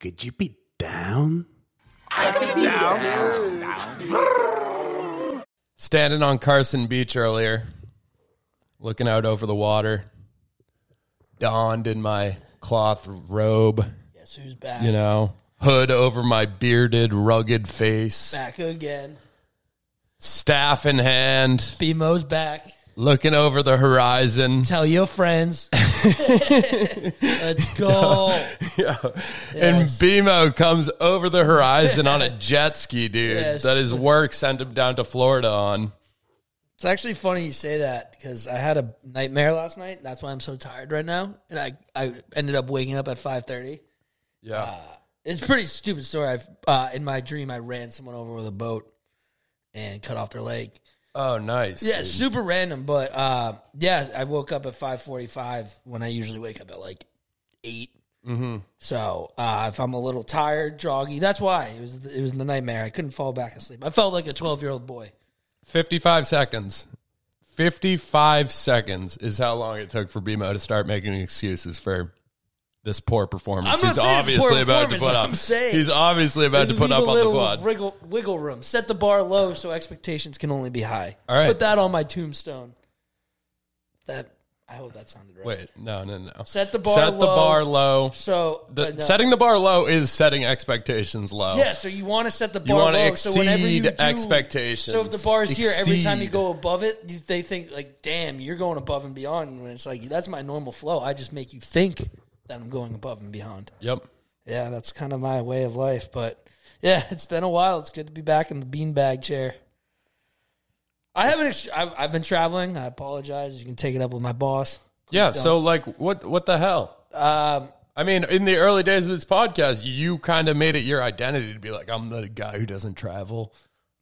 Could you be down? Standing on Carson Beach earlier, looking out over the water, donned in my cloth robe, Guess who's back? you know, hood over my bearded, rugged face, Back again. staff in hand, BMO's back. looking over the horizon. Tell your friends. Let's go. Yeah. And Yes. BMO comes over the horizon on a jet ski, dude, Yes. that his work sent him down to Florida on. It's actually funny you say that because I had a nightmare last night. That's why I'm so tired right now. And I, I ended up waking up at 5.30. Yeah. Ah. It's a pretty stupid story. I've, uh, in my dream, I ran someone over with a boat and cut off their leg. oh, nice. Yeah, super random. But uh, yeah, I woke up at five forty-five when I usually wake up at like 8 Mm-hmm. So uh, if I'm a little tired, joggy, that's why it was. It was the nightmare. I couldn't fall back asleep. I felt like a twelve-year-old boy. 55 seconds. 55 seconds is how long it took for BMO to start making excuses for this poor performance. I'm not he's saying it's obviously poor about to performance, put but up. I'm saying- he's obviously about to put Leave up a on the little quad. wriggle- wiggle room. Set the bar low so expectations can only be high. All right. put that on my tombstone. That I hope that sounded right. Wait, no, no, no. Set the bar Set the low. bar low. So The, but no. setting the bar low is setting expectations low. Yeah, so you want to set the Oh. You bar wanna low. So whenever you exceed do, expectations. So if the bar is here, every time you Exceed. go above it, you, they think like, "Damn, you're going above and beyond." And when it's like that's my normal flow, I just make you think that I'm going above and beyond. Yep. Yeah, that's kind of my way of life. But yeah, it's been a while. It's good to be back in the beanbag chair. I haven't. ex- I've, I've been traveling. I apologize. You can take it up with my boss. Yeah. So like, what what the hell? Um, I mean, in the early days of this podcast, you kind of made it your identity to be like, I'm the guy who doesn't travel.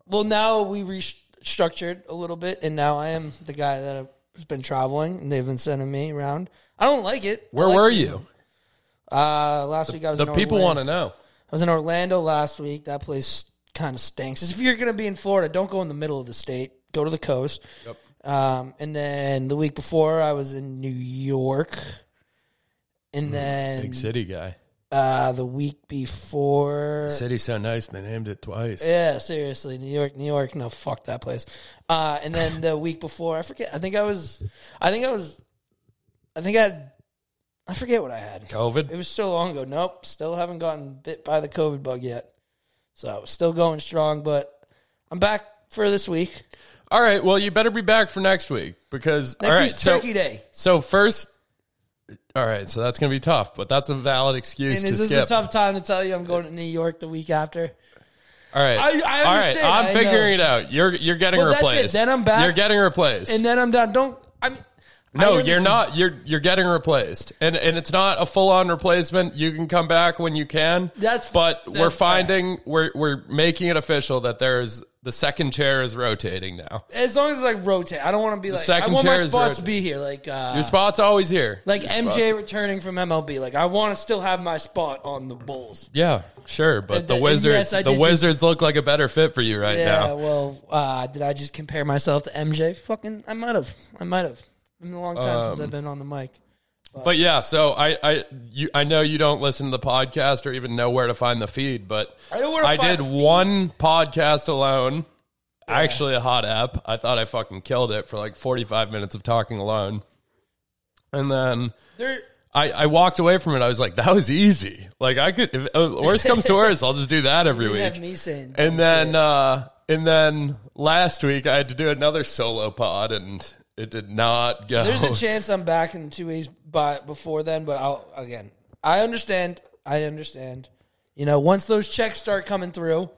Well, now we restructured a little bit, and now I am the guy that has been traveling, and they've been sending me around. I don't like it. I Where like- were you? Uh, last week I was The in people want to Orlando. know. I was in Orlando last week. That place kind of stinks. If you're gonna be in Florida, don't go in the middle of the state. Go to the coast. Yep. Um, and then the week before, I was in New York. And then Mm, Big city guy. uh, the week before, City's so nice, they named it twice. Yeah, seriously, New York, New York. No, fuck that place. Uh, and then the week before, I forget. I think I was, I think I was, I think I had, I forget what I had. It COVID. was so long ago. Nope, still haven't gotten bit by the COVID bug yet. So still going strong, but I'm back for this week. All right. Well, you better be back for next week because Next all right. week's So, Turkey Day, so first, all right. So that's gonna be tough, but that's a valid excuse and to this is skip. a tough time to tell you I'm going to New York the week after. all right. I- I all right. understand, I'm I figuring it out. You're you're getting Well, that's it, replaced. then I'm back. You're getting replaced. And then I'm done. Don't I'm. I no, you're understand. not. You're you're getting replaced, and and it's not a full on replacement. You can come back when you can. That's- but we're that's fine. finding we're we're making it official that there is the second chair is rotating now. As long as I rotate, I don't want to be like. I second want my chair is spot rotate. to be here. Like uh, Your spot's always here. Like Your MJ spot's- returning from MLB, like I want to still have my spot on the Bulls. Yeah, sure, but And the th- and Wizards yes, I the did Wizards look like a better fit for you right Yeah, now. well, uh, did I just compare myself to MJ? Fucking, I might have. I might have. It's been a long time since Um, I've been on the mic. But yeah, so I I you I know you don't listen to the podcast or even know where to find the feed, but I know where to I find did the one podcast alone. Actually a hot app. I thought I fucking killed it for like 45 minutes of talking alone. And then There, I, I walked away from it. I was like, that was easy. Like I could, if, uh, worst comes to worst, I'll just do that every you week. have me saying, and then uh and then last week I had to do another solo pod and it did not go. there's a chance I'm back in two weeks, by before then. But I'll again. I understand. I understand. You know, once those checks start coming through,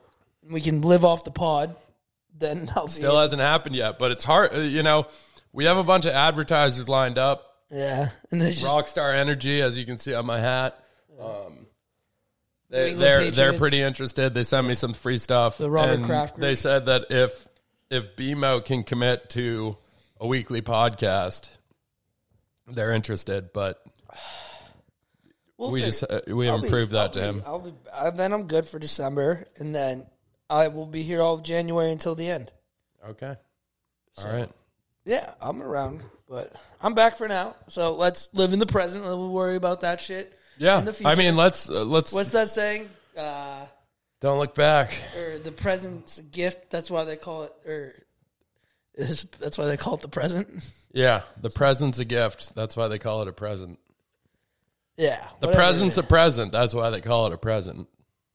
we can live off the pod. Then I'll Still hasn't happened yet, but it's hard. uh, You know, we have a bunch of advertisers lined up. be, yeah. And there's just Rockstar Energy, as you can see on my hat. Um, New they, England they're they're Patriots. pretty interested. They sent me some free stuff. The Robert and Kraft Group. They said that if if BMO can commit to a weekly podcast, they're interested. But we'll we figure- just uh, we I'll be- improved that I'll to him. be- I'll be, uh, then I'm good for December, and then I will be here all of January until the end. Okay. All right. Yeah, I'm around, but I'm back for now. So let's live in the present. Let's worry about that shit. Yeah. in the future. I mean, let's uh, let's What's that saying? Uh, don't look back. or the present's a gift. That's why they call it, or is- that's why they call it the present. Yeah, the present's a gift. That's why they call it a present. Yeah, The present's a present. That's why they call it a present.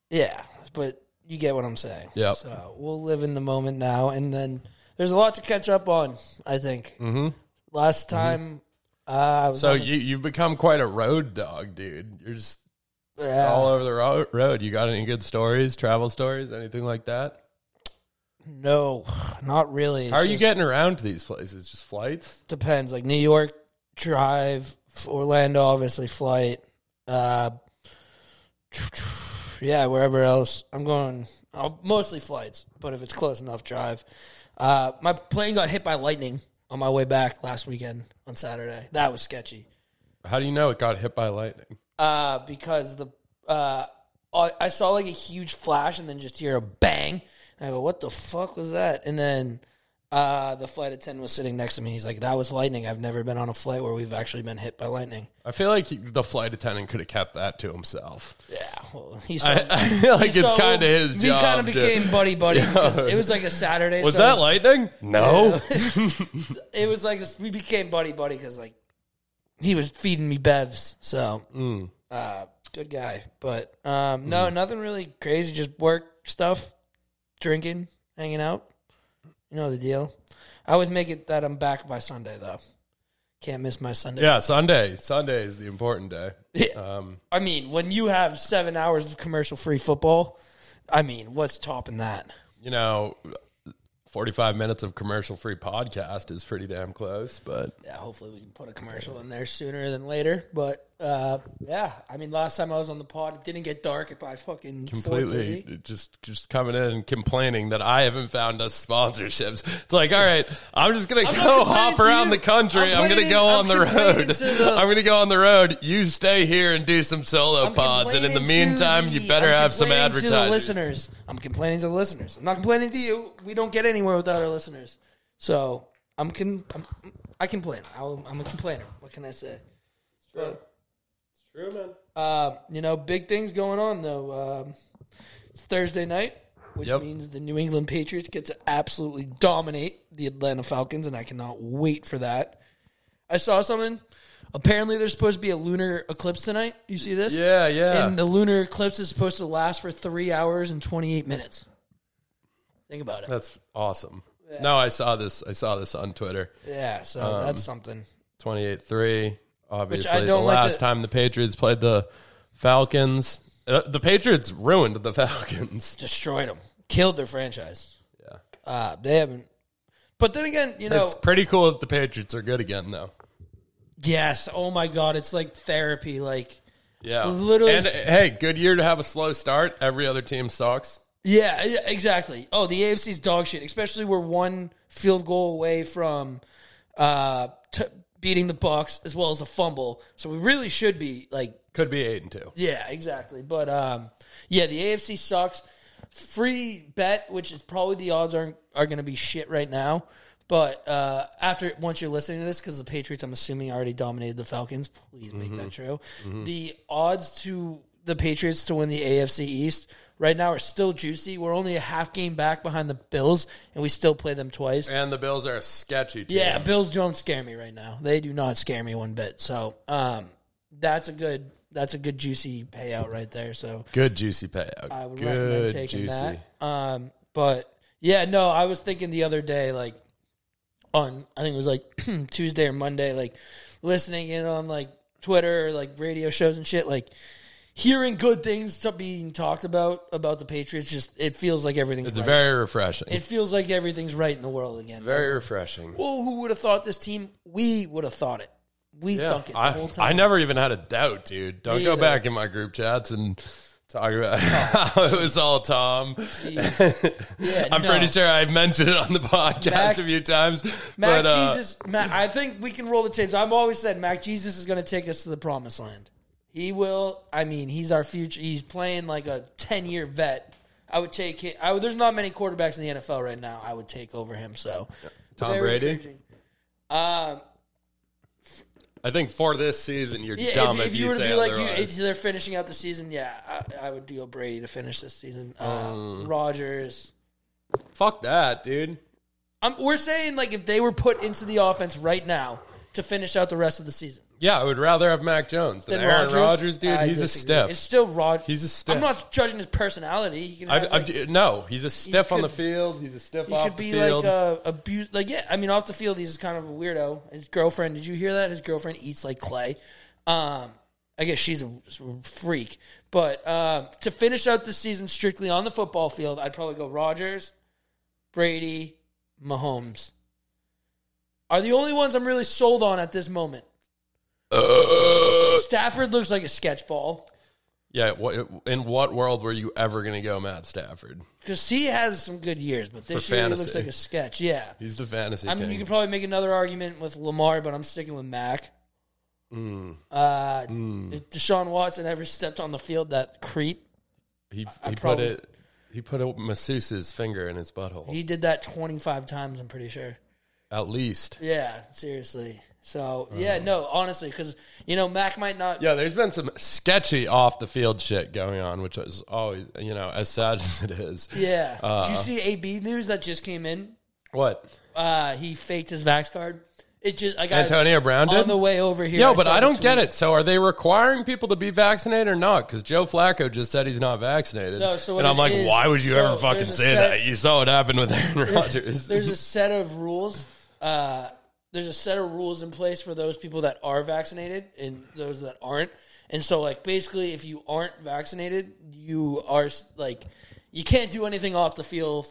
yeah, but you get what I'm saying. Yep. So we'll live in the moment now, and then there's a lot to catch up on. I think. Mm-hmm. Last time, uh, I was So on the- you you've become quite a road dog, dude. You're just yeah. all over the ro- road. You got any good stories, travel stories, anything like that? no, not really. How are It's you just- getting around to these places? Just flights? depends. Like New York drive, Orlando obviously flight. Uh, yeah, wherever else I'm going, I'll, mostly flights. But if it's close enough, drive. Uh, my plane got hit by lightning on my way back last weekend on Saturday. That was sketchy. How do you know it got hit by lightning? Uh, because the uh, I I saw like a huge flash and then just hear a bang. And I go, what the fuck was that? And then uh, the flight attendant was sitting next to me. He's like, that was lightning. I've never been on a flight where we've actually been hit by lightning. I feel like he- the flight attendant could have kept that to himself. Yeah, well, he saw. I, I feel like he it's saw- kind of his We job. kind of to- became buddy buddy. because It was like a Saturday. was so that it lightning? No. It was like this, we became buddy buddy because like he was feeding me bevs. So uh, good guy, but um, no, nothing really crazy. Just work stuff, drinking, hanging out. You know the deal. I always make it that I'm back by Sunday though. Can't miss my Sunday. yeah, Sunday. Sunday is the important day. Yeah. Um, I mean, when you have seven hours of commercial free football, I mean, what's topping that? you know, 45 minutes of commercial free podcast is pretty damn close, but yeah, hopefully we can put a commercial in there sooner than later. But uh, yeah, I mean, last time I was on the pod, it didn't get dark by fucking completely 4:30. it just just coming in and complaining that I haven't found us sponsorships. It's like, all right, I'm just gonna not go complaining hop to around you. the country. I'm I'm, gonna go on complaining- the I'm complaining road. to the- I'm gonna go on the road. You stay here and do some solo pods, and in the complaining to meantime, the- you better I'm have some complaining to the advertisers. listeners, I'm complaining to the listeners. I'm not complaining to you. We don't get anywhere without our listeners. So I'm can I'm, I complain. I'll, I'm a complainer. What can I say? True, man. Uh, you know, big things going on though. Um, it's Thursday night, which Yep. means the New England Patriots get to absolutely dominate the Atlanta Falcons, and I cannot wait for that. I saw something. Apparently, there's supposed to be a lunar eclipse tonight. You see this? Yeah, yeah. And the lunar eclipse is supposed to last for three hours and 28 minutes. Think about it. That's awesome. No, I saw this. I saw this on Twitter. Yeah, so that's something. 28-3. Obviously, don't the like last to- time the Patriots played the Falcons, uh, the Patriots ruined the Falcons. Destroyed them, killed their franchise. Yeah. Uh, they haven't. But then again, you know, It's pretty cool that the Patriots are good again, though. Yes. Oh my God. It's like therapy. Like, Yeah, Literally- And uh, hey, good year to have a slow start. Every other team sucks. yeah, yeah, exactly. Oh, the AFC's dog shit, especially we're one field goal away from uh, t- beating the Bucks as well as a fumble. So we really should be like, Could be eight and two. yeah, exactly. But um, yeah, the AFC sucks. Free bet, which is probably the odds aren't are going to be shit right now. But uh, after once you're listening to this, because the Patriots, I'm assuming, already dominated the Falcons. Please make that true. The odds to the Patriots to win the AFC East right now are still juicy. We're only a half game back behind the Bills, and we still play them twice. And the Bills are a sketchy team. Yeah, Bills don't scare me right now. They do not scare me one bit. So um, that's a good that's a good juicy payout right there. So good juicy payout. I would recommend good taking juicy. that. Um, but yeah, no, I was thinking the other day, like on I think it was like Tuesday or Monday, like listening in on like Twitter, or, like radio shows and shit, like hearing good things to being talked about about the Patriots. Just it feels like everything's It's right. very refreshing. it feels like everything's right in the world again. very refreshing. Whoa, who would have thought this team? We would have thought it. We Yeah, thunk it the I, whole time. I never even had a doubt, dude. Don't Me go either. back in my group chats and talk about how it was all Tom. Yeah, I'm no. pretty sure I mentioned it on the podcast Mac- a few times. Mac but, uh, Jesus, Mac, I think we can roll the tapes. I've always said Mac Jesus is going to take us to the promised land. He will. I mean, he's our future. He's playing like a ten-year vet. I would take him. I would, there's not many quarterbacks in the NFL right now. I would take over him. So, Tom Very Brady. encouraging. Um, f- I think for this season, you're Yeah, dumb if, if, if you were to say be like, you, otherwise. if they're finishing out the season, yeah, I, I would deal Brady to finish this season. Uh, Um, Rogers. Fuck that, dude. I'm, we're saying like if they were put into the offense right now to finish out the rest of the season, Yeah, I would rather have Mac Jones than, then Aaron Rodgers, Rodgers, dude. I he's a disagree. It's stiff. still Rodgers. He's a stiff. I'm not judging his personality. He can I, have, I, like, d- no, he's a stiff on the could- field. He's a stiff he off could the be field. like uh, abuse. Like yeah, I mean, off the field, he's kind of a weirdo. His girlfriend. Did you hear that? His girlfriend eats like clay. Um, I guess she's a freak. But um, to finish out the season strictly on the football field, I'd probably go Rodgers, Brady, Mahomes. Are the only ones I'm really sold on at this moment. Stafford looks like a sketch ball yeah, what, in what world were you ever going to go Matt Stafford? because he has some good years, but this For year he looks fantasy. like a sketch. Yeah. He's the fantasy I mean, you king. could probably make another argument with Lamar, but I'm sticking with Mac. Mm. Uh, If Deshaun Watson ever stepped on the field, that creep. he I he put probably- it. He put a masseuse's finger in his butthole. He did that 25 times, I'm pretty sure. at least. Yeah, seriously. So, yeah, Uh-huh. no, honestly, because, you know, Mac might not. Yeah, there's been some sketchy off the field shit going on, which is always, you know, as sad as it is. Uh, Yeah. Did Uh-huh. you see AB news that just came in? What? Uh, he faked his Vax card. It just, I got Antonio Brown did? on the way over here. Yo, but saw I the don't get tweet. it. So are they requiring people to be vaccinated or not? Because Joe Flacco just said he's not vaccinated. No, so what and I'm it like, is- why would you so ever fucking there's a say set- that? You saw what happened with Aaron Rodgers. there's a set of rules. Uh, there's a set of rules in place for those people that are vaccinated and those that aren't. And so, like, basically, if you aren't vaccinated, you are s- like, you can't do anything off the field.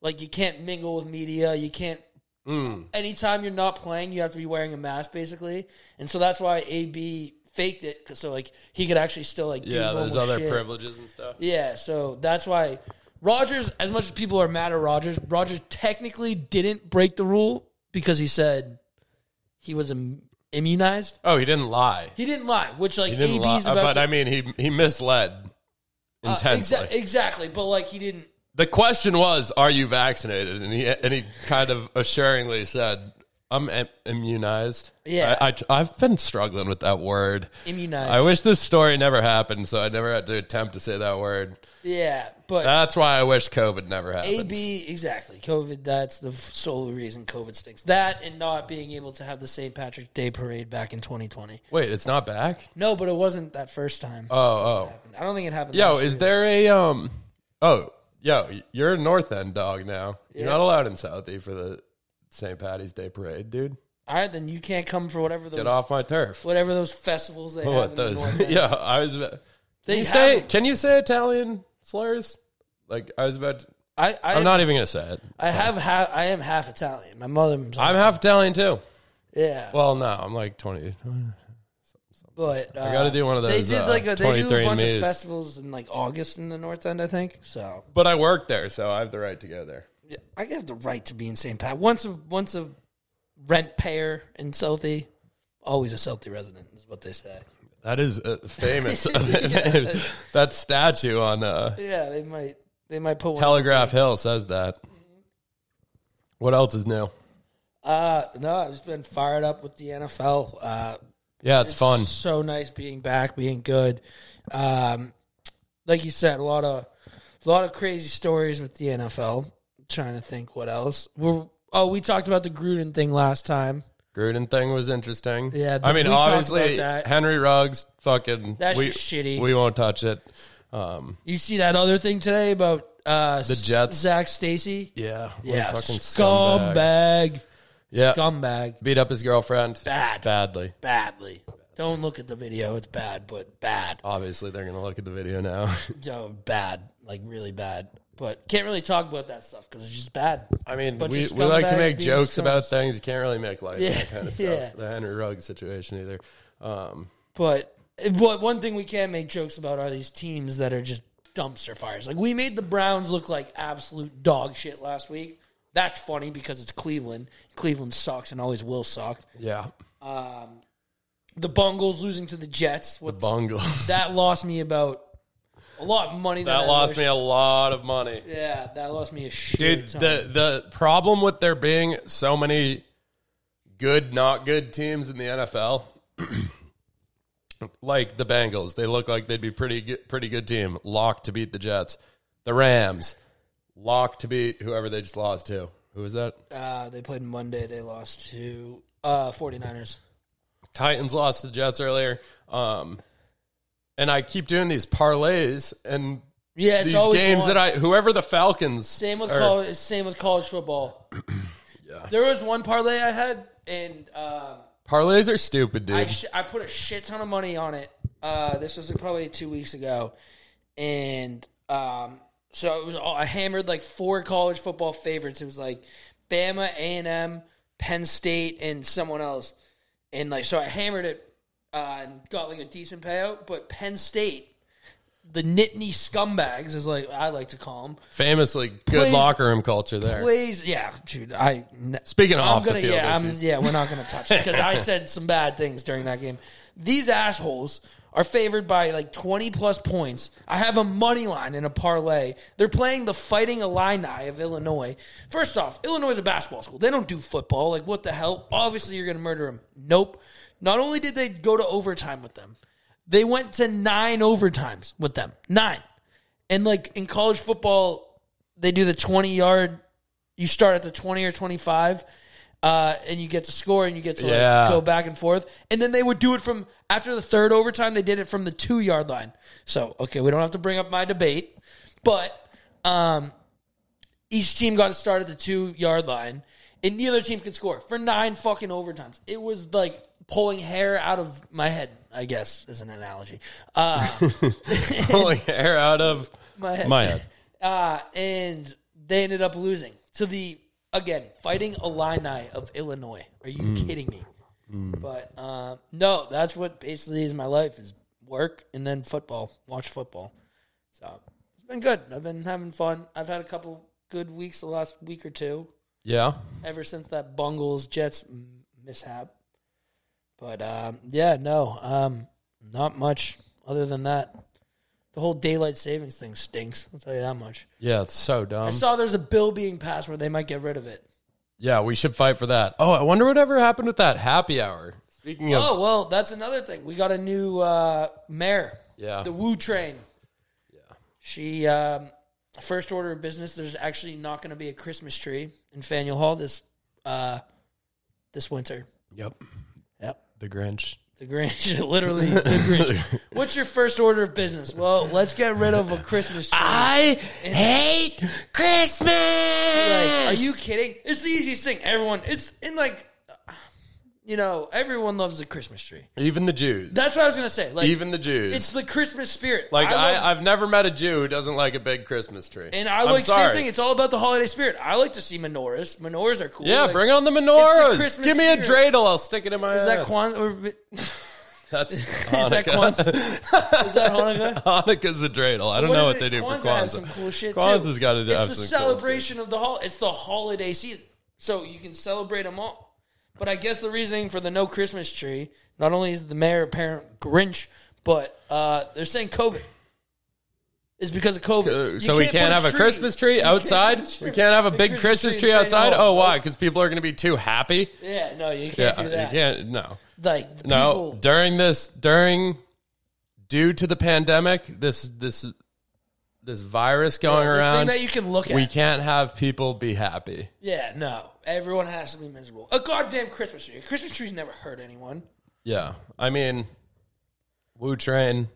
Like, you can't mingle with media. You can't. Hmm. Anytime you're not playing, you have to be wearing a mask, basically. And so that's why AB faked it, 'cause so like he could actually still like do yeah, there's normal other shit. privileges and stuff. Yeah, so that's why Rogers, as much as people are mad at Rogers, Rogers technically didn't break the rule because he said he was Im- immunized. Oh, he didn't lie. He didn't lie, which like He didn't lie. AB's about But to, I mean, he he misled uh, intensely. exa- exactly, but like he didn't. the question was, "Are you vaccinated?" And he and he kind of assuringly said, "I'm im- immunized." Yeah. I, I, have been struggling with that word. Immunized. I wish this story never happened, so I never had to attempt to say that word. Yeah, but That's why I wish COVID never happened. AB exactly. COVID. That's the f- sole reason COVID stinks. That and not being able to have the St. Patrick's Day parade back in 2020. Wait, it's not back. No, but it wasn't that first time. Oh, oh, I don't think it happened. yo, last is year. there a um? Oh, yo, you're a North End dog now. You're Yeah. not allowed in Southie for the St. Patty's Day parade, dude. All right, then you can't come for whatever those Get off my turf. whatever those festivals they have. What in the those? North End. yeah, I was. About, They can you have say? them. Can you say Italian slurs? Like I was about. To, I, I, I'm not even gonna say it. I have ha- I am half Italian. My mother, I'm half Italian too. yeah, Well, no, I'm like 20. but uh, I gotta do one of those, They did uh, like a, they do a 23 bunch of andme's. festivals in like August in the North End, I think. So But I work there, so I have the right to go there. yeah, I have the right to be in St. Pat. Once a once a rent payer in Southie, always a Southie resident is what they say. That is uh, famous. that statue on uh, Yeah, they might they might put one. Telegraph Hill says that. What else is new? uh, no, I've just been fired up with the NFL. Uh, Yeah, it's, fun. so nice being back, being good. Um, like you said, a lot of a lot of crazy stories with the NFL. Trying to think what else. We're oh, we talked about the Gruden thing last time. Gruden thing was interesting. Yeah, I mean, we talked obviously about that. Henry Ruggs, fucking, That's we, just shitty. We won't touch it. Um, You see that other thing today about uh, the Jets? Zach Stacy. yeah, what a Yeah, fucking scumbag, scumbag. Yeah. beat up his girlfriend Bad. badly. badly. Don't look at the video; it's bad, but Oh. bad, Obviously, they're gonna look at the video now. oh, bad, like really bad. But can't really talk about that stuff because it's just bad. I mean, Bunch we, of we like to scumbags make being jokes scums. about things. You can't really make light of Yeah, that kind of stuff. yeah. The Henry Ruggs situation either. Um, But but one thing we can make jokes about are these teams that are just dumpster fires. Like we made the Browns look like absolute dog shit last week. That's funny because it's Cleveland. Cleveland sucks and always will suck. yeah, The Bungles losing to the Jets. What's, bungles. that lost me about a lot of money. That, That I lost wish- me a lot of money. yeah, that lost me a shit. Dude, ton. the the problem with there being so many good, not good teams in the NFL like the Bengals, they look like they'd be pretty good, pretty good team, locked to beat the Jets. The Rams, locked to beat whoever they just lost to. Who was that? Uh, they played Monday. They lost to uh, 49ers. Titans lost to the Jets earlier. Um, and I keep doing these parlays and Yeah, it's these always games one. that I whoever the Falcons Same with are- college. Same with college football. There was one parlay I had, and um, parlays are stupid, dude. I sh- I put a shit ton of money on it. Uh, this was probably two weeks ago, and um, so it was. All, I hammered like four college football favorites. It was like Bama, A and M, Penn State, and someone else. And like so, I hammered it uh, and got like a decent payout. But Penn State, the Nittany scumbags, is like I like to call them. Famously good Plays- locker room culture there. Please, yeah, dude. I Speaking of I'm off gonna, the field yeah, I'm- issues. yeah, we're not gonna touch it because I said some bad things during that game. These assholes are favored by like 20 plus points. I have a money line in a parlay. They're playing the Fighting Illini of Illinois. First off, Illinois is a basketball school. They don't do football. Like what the hell? Obviously, you're gonna murder them. Nope. Not only did they go to overtime with them, they went to nine overtimes with them. Nine. And like in college football, they do the 20 yard you start at the 20 or 25 uh, and you get to score and you get to like, Yeah. go back and forth and then they would do it from after the third overtime they did it from the two yard line so okay we don't have to bring up my debate but um, each team got to start at the two yard line and neither team could score for nine fucking overtimes it was like pulling hair out of my head i guess is an analogy uh, Pulling hair out of my head my head. uh, and they ended up losing to the again fighting Illini of Illinois. Are you Mm. kidding me? But uh, no, that's what basically is my life: is work and then football. Watch football. So it's been good. I've been having fun. I've had a couple good weeks the last week or two Yeah. ever since that Bungles Jets m- mishap. But um, yeah, no, um, not much other than that. The whole daylight savings thing stinks. I'll tell you that much. Yeah, it's so dumb. I saw there's a bill being passed where they might get rid of it. Yeah, we should fight for that. Oh, I wonder whatever happened with that happy hour. Speaking of Oh well, that's another thing. We got a new uh, mayor. Yeah. the Wu Train. Yeah, she um, first order of business. There's actually not going to be a Christmas tree in Faneuil Hall this uh, this winter. Yep. Yep. The Grinch. The Grinch, literally the Grinch. What's your first order of business? Well, let's get rid of a Christmas tree. I hate Christmas. Like, are you kidding? It's the easiest thing. Everyone, it's in like, uh, you know, everyone loves a Christmas tree. Even the Jews. That's what I was gonna say. Like, Even the Jews. it's the Christmas spirit. like I, love- I've never met a Jew who doesn't like a big Christmas tree. and I I'm like sorry. same thing. It's all about the holiday spirit. I like to see menorahs. Menorahs are cool. yeah, Like, bring on the menorahs. Christmas Give me a spirit. dreidel. I'll stick it in my Is that ass. Kwan? Or, is That's that Hanukkah. Kwanzaa? is that Hanukkah? Hanukkah's a dreidel. I don't know what they do Kwanzaa for Has some Kwanzaa. cool shit Kwanzaa's too. got to do It's have the some cool celebration of the hol. It's the holiday season, so you can celebrate them all. But I guess the reasoning for the no Christmas tree not only is the mayor apparent Grinch, but uh, they're saying COVID. It's because of COVID. Uh, You so we can't put have a tree- Christmas you tree can't outside. put a we can't have a big big Christmas, tree in outside. Maine. Oh, why? Because people are going to be too happy. Yeah, no, you Yeah, can't do that. you can't. No, Like the no. people, During this, during due to the pandemic, this this this virus going this thing around, that you can look at. we can't have people be happy. yeah, no, everyone has to be miserable. A goddamn Christmas tree. A Christmas tree's never hurt anyone. Yeah, I mean, Wu Train,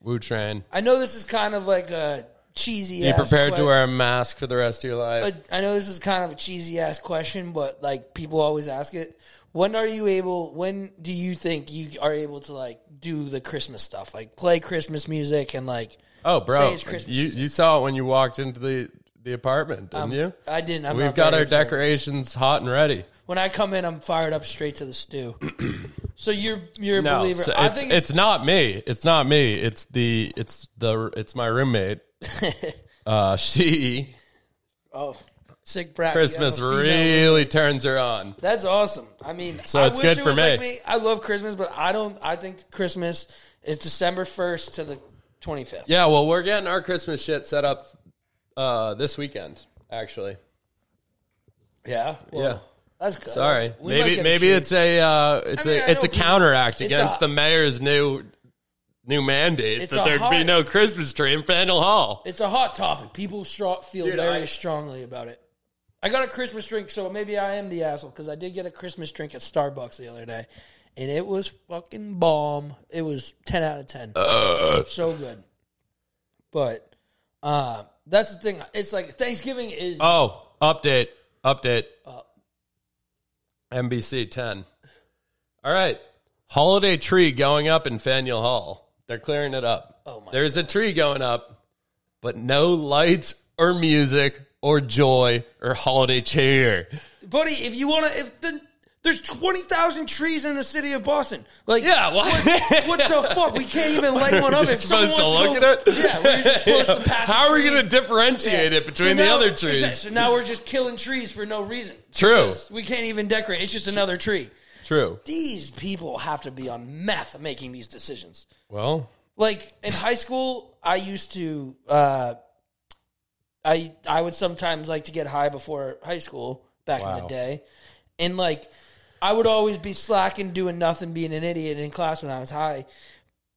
Wu Train. I know this is kind of like a cheesy. Be prepared to wear a mask for the rest of your life. I know this is kind of a cheesy ass question, but like people always ask it. When are you able? When do you think you are able to like do the Christmas stuff, like play Christmas music and like? oh, say bro, it's Christmas you season. you saw it when you walked into the the apartment, didn't you? I didn't. I'm We've not got very our observant. decorations hot and ready. When I come in, I'm fired up straight to the stew. so you're you're a No, believer. so I it's, think it's, not me. It's not me. It's the it's the it's my roommate. uh, she oh sick brat. you have a Christmas female really turns her on. That's awesome. I mean, So I it's wish good it for was like me. I love Christmas, but I don't. I think Christmas is December first to the twenty fifth. Yeah, well, we're getting our Christmas shit set up uh, this weekend. Actually, Yeah. Well, yeah, That's good. Sorry. We might maybe get maybe him it's a uh, it's I mean, a I it's a know people- counteract it's against a- the mayor's new new mandate It's that a there be hard- no Christmas tree in Faneuil Hall. It's a hot topic. People stra- feel Dude, very I- strongly about it. I got a Christmas drink, so maybe I am the asshole because I did get a Christmas drink at Starbucks the other day, and it was fucking bomb. It was ten out of ten, so good. But uh, that's the thing. It's like Thanksgiving is Oh, update, update. NBC ten. All right, holiday tree going up in Faneuil Hall. They're clearing it up. Oh my There's a tree going up, but no lights or music or joy or holiday cheer. buddy. If you want to, if the, there's twenty thousand trees in the city of Boston, like Yeah, well, What the fuck? We can't even light one up. You're If someone supposed to wants look go- at it. Yeah, we're just supposed to pass. a How are we tree. going to differentiate Yeah. it between So the now- other trees? exact- So now we're just killing trees for no reason. True, We can't even decorate. It's just another tree. true. These people have to be on meth making these decisions. Well, Like in high school, I used to, uh, I I would sometimes like to get high before high school back in Wow. the day, and like I would always be slacking, doing nothing, being an idiot in class when I was high.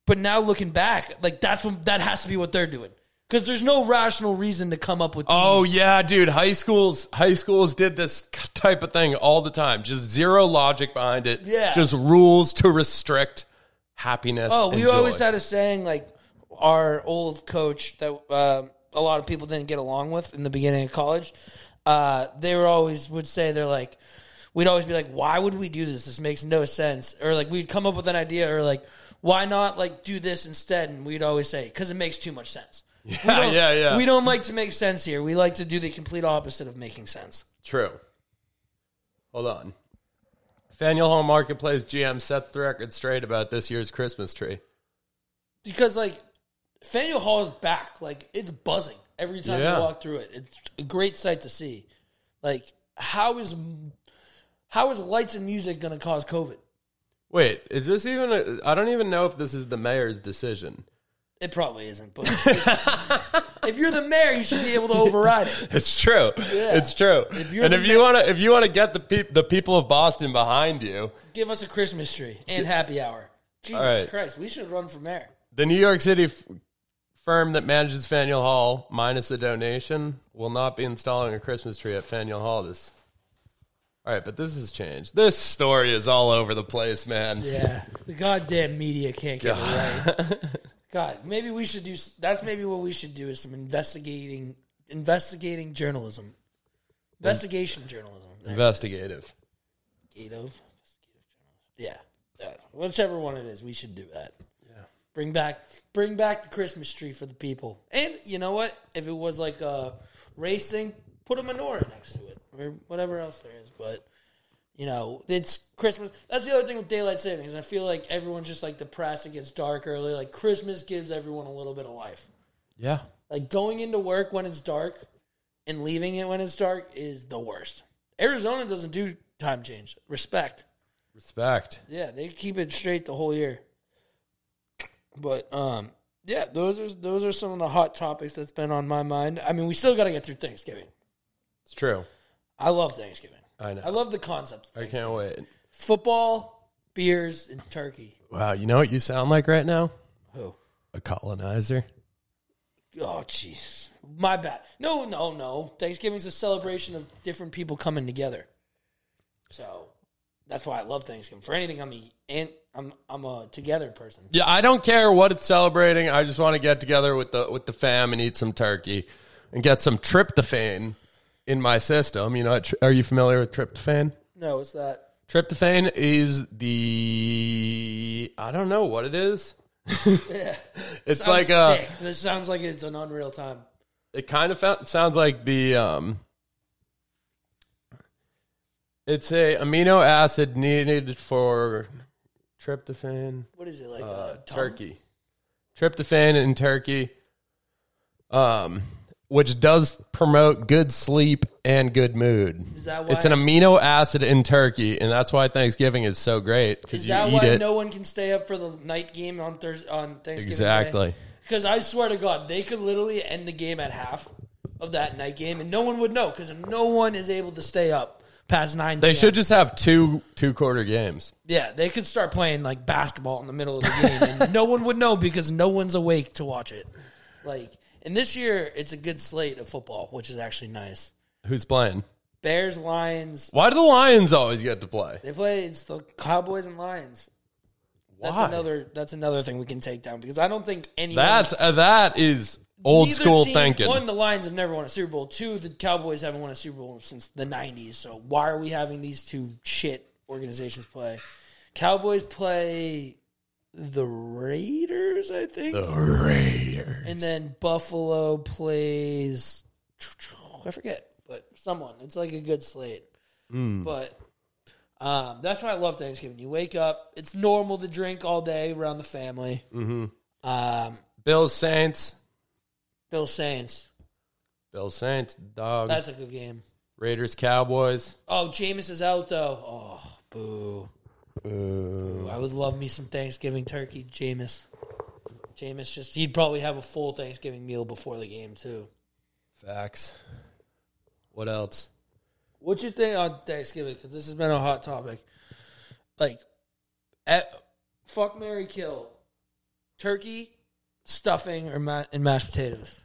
But now looking back, like that's what that has to be what they're doing because there's no rational reason to come up with. These oh yeah, dude. High schools, high schools did this type of thing all the time. Just zero logic behind it. Yeah. just rules to restrict happiness. Oh, we and joy. always had a saying like our old coach that um a lot of people didn't get along with in the beginning of college. Uh, they were always would say they're like, we'd always be like, why would we do this? This makes no sense. Or like we'd come up with an idea, or like, why not like do this instead? And we'd always say because it makes too much sense. we yeah, don't, Uh, yeah, yeah. We don't like to make sense here. We like to do the complete opposite of making sense. True. Hold on. Faneuil Hall Marketplace GM sets the record straight about this year's Christmas tree. because like Faneuil Hall is back. Like it's buzzing every time Yeah. you walk through it. It's a great sight to see. Like how is how is lights and music going to cause COVID? Wait, is this even? A, I don't even know if this is the mayor's decision. It probably isn't, but it's- if you're the mayor, you should be able to override it. It's true. It's true. you're and the if you want to, if you want to get the peop the people of Boston behind you, Give us a Christmas tree and happy hour. Jesus right. Christ, we should run for mayor. the New York City f- firm that manages Faneuil Hall, minus a donation, will not be installing a Christmas tree at Faneuil Hall this. All right, but this has changed. This story is all over the place, man. Yeah, the goddamn media can't get it right. God, maybe we should do. s- That's maybe what we should do is some investigating, investigating journalism, investigation journalism. There. Investigative. investigative. Yeah, that. whichever one it is, we should do that. Yeah, bring back, bring back the Christmas tree for the people. And you know what? If it was like uh, racing, put a menorah next to it or whatever else there is. But you know, it's Christmas. That's the other thing with daylight savings. I feel like everyone's just like depressed. It gets dark early. Like Christmas gives everyone a little bit of life. Yeah. Like going into work when it's dark and leaving it when it's dark is the worst. Arizona doesn't do time change. Respect. Respect. Yeah, they keep it straight the whole year. But um yeah, those are those are some of the hot topics that's been on my mind. I mean, we still got to get through Thanksgiving. It's true. I love Thanksgiving. I know. I love the concept. Of I Thanksgiving. can't wait. Football, beers, and turkey. Wow, you know what you sound like right now? Who? A colonizer. Oh, jeez. My bad. No, no, no. Thanksgiving's a celebration of different people coming together. So that's why I love Thanksgiving. For anything, I'm a, and I'm I'm a together person. Yeah, I don't care what it's celebrating. I just want to get together with the with the fam and eat some turkey and get some tryptophan in my system. You know, what tr- are you familiar with tryptophan? No, it's that. Tryptophan is the I don't know what it is. Yeah. It's Sounds like uh sick. This sounds like it's an unreal time. it kind of fou- sounds like the um it's a amino acid needed for tryptophan What is it like? uh, Uh, turkey, tryptophan in turkey, um, which does promote good sleep and good mood. Is that It's an why- amino acid in turkey, and that's why Thanksgiving is so great because Is you that eat why it. no one can stay up for the night game on Thursday on Thanksgiving? Exactly. Because I swear to God, they could literally end the game at half of that night game, and no one would know because no one is able to stay up past nine. They PM. should just have two two quarter games. Yeah, they could start playing like basketball in the middle of the game, and no one would know because no one's awake to watch it. Like, and this year it's a good slate of football, which is actually nice. Who's playing? Bears, Lions. Why do the Lions always get to play? They play. It's the Cowboys and Lions. That's Why? another. That's another thing we can take down because I don't think any. That's uh, that is old Neither school team- thinking. One, the Lions have never won a Super Bowl. Two, the Cowboys haven't won a Super Bowl since the '90s. So why are we having these two shit organizations play? Cowboys play the Raiders, I think, Raiders. and then Buffalo plays. I forget, but someone. It's like a good slate, Hmm. but. Um, that's why I love Thanksgiving. You wake up, it's normal to drink all day around the family. Mm-hmm. Um, Bills Saints. Bill Saints, Bills Saints. Dog. that's a good game. Raiders Cowboys. Oh, Jameis is out though. Oh, boo. Boo. I would love me some Thanksgiving turkey, Jameis. Jameis just he'd probably have a full Thanksgiving meal before the game too. Facts. What else? What's your thing on Thanksgiving? Because this has been a hot topic. Like, at, fuck Mary Kill, turkey, stuffing, or ma- and mashed potatoes.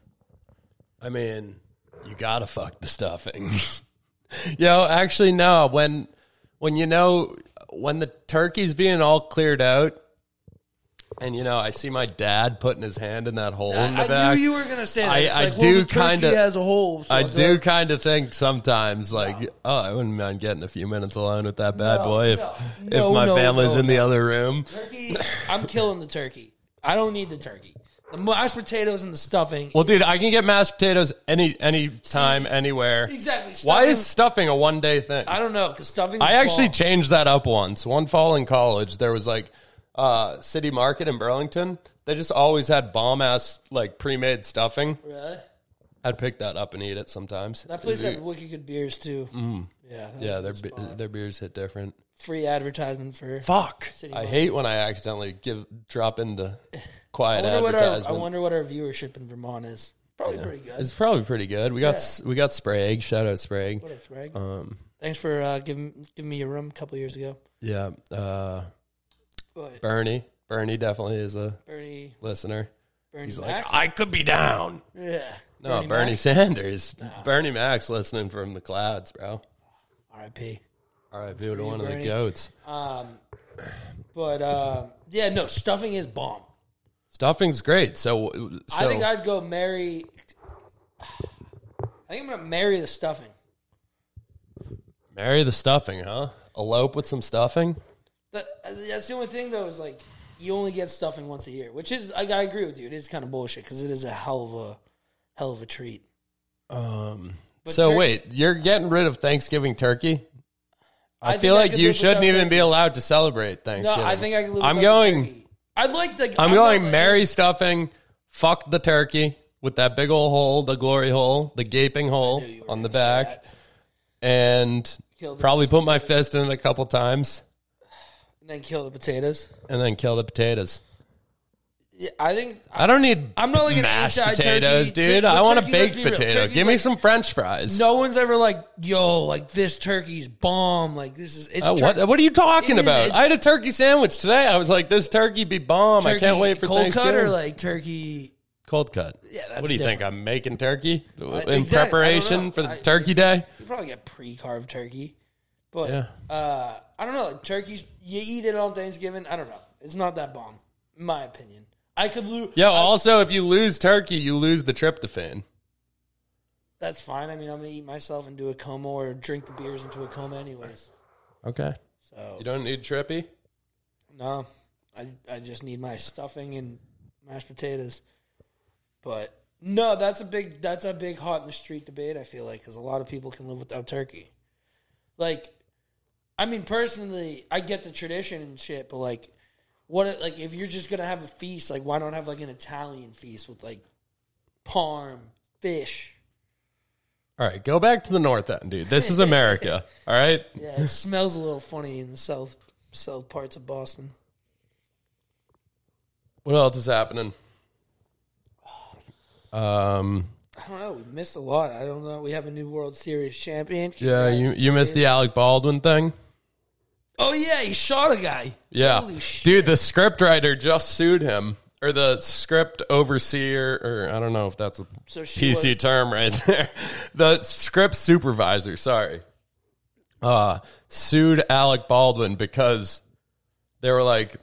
I mean, you gotta fuck the stuffing. Yo, actually, no. When when you know when the turkey's being all cleared out, and you know, I see my dad putting his hand in that hole in the I, I back. knew you were gonna say that. I- It's I like, well, do the turkey kinda- has a whole. so I it's do like- kind of think sometimes, like, oh, I wouldn't mind getting a few minutes alone with that bad No, boy if no. if No, my no, family's no, in the other room. Turkey, I'm killing the turkey. I don't need the turkey. The mashed potatoes and the stuffing. Well, dude, I can get mashed potatoes any any time, anywhere. exactly. Why Stuffing- is stuffing a one day thing? I don't know because stuffing. I actually changed that up once. One fall in college, there was like uh, city market in Burlington. They just always had bomb ass like pre made stuffing. Really? I'd pick that up and eat it sometimes. that place had wicked good beers too. Yeah, Mm. that Yeah, was their a be- spot. their beers hit different. free advertisement for. Fuck! I Market. hate when I accidentally give drop in the I quiet wonder what advertisement. our I wonder what our viewership in Vermont is. Probably pretty good. it's probably pretty good. We got s we got Sprague. Shout out Sprague. What if, right? um, Thanks for uh, giving giving me your room a couple years ago. Yeah, uh, But Bernie. Bernie definitely is a Bernie, listener. Bernie He's Mac, like, I could be down. yeah, No, Bernie, Sanders. Bernie Mac's listening from the clouds, bro. Mac, R.I.P. All right, dude, one of the Bernie. goats. Um, but um, yeah, no, stuffing is bomb. Stuffing's great. So, so I think I'd go marry. I think I'm gonna marry the stuffing. marry the stuffing, huh? Elope with some stuffing. That, that's the only thing though is like you only get stuffing once a year, which is I, I agree with you. It is kind of bullshit because it is a hell of a hell of a treat. Um. so turkey- wait, you're getting rid of Thanksgiving turkey? I, think feel I like could you live shouldn't without even turkey. be allowed to celebrate No, Thanksgiving. I think I can live. I'm without the going. turkey. I'd like the. I'm, not going. like- Marry stuffing. Fuck the turkey with that big old hole, the glory hole, the gaping hole knew you were on the gonna say back, that. and Kill the- probably put my fist in it a couple times. and then kill the potatoes. and then kill the potatoes. Yeah, I think I don't need I'm not like an mashed anti-turkey potatoes, tur- dude. but I want a turkey, let's baked be real. potato. Turkey's Give me like- some French fries. no one's ever like, yo, like this turkey's bomb. Like this is it's Uh, turkey. what, what are you talking It is, about? it's- I had a turkey sandwich today. I was like, this turkey be bomb. I can't turkey wait for cold Thanksgiving. cut or like turkey. cold cut. Yeah, that's Uh, what do you think? I'm making turkey in exact- I don't know. preparation for the I- turkey day. You probably get pre-carved turkey, but Yeah. uh, I don't know. Like turkeys, you eat it on Thanksgiving. I don't know. It's not that bomb, in my opinion. I could lose. Yo, also, if you lose turkey, you lose the tryptophan. That's fine. I mean, I'm gonna eat myself into a coma or drink the beers into a coma, anyways. Okay. So You don't need trippy. no, I I just need my stuffing and mashed potatoes. But no, that's a big that's a big hot in the street debate. I feel like because a lot of people can live without turkey. Like, I mean, personally, I get the tradition and shit, but like, what it- like if you're just gonna have a feast, like why not have like an Italian feast with like parm fish? All right, go back to the north end, dude. This is America. all right. Yeah, it smells a little funny in the south south parts of Boston. What else is happening? Um, I don't know. We missed a lot. I don't know. We have a new World Series champion. Yeah, you, you missed the Alec Baldwin thing. Oh yeah, he shot a guy. Yeah, Holy shit. dude, the scriptwriter just sued him, or the script overseer, or I don't know if that's a So she PC term right there. The script supervisor, sorry, uh, sued Alec Baldwin because they were like,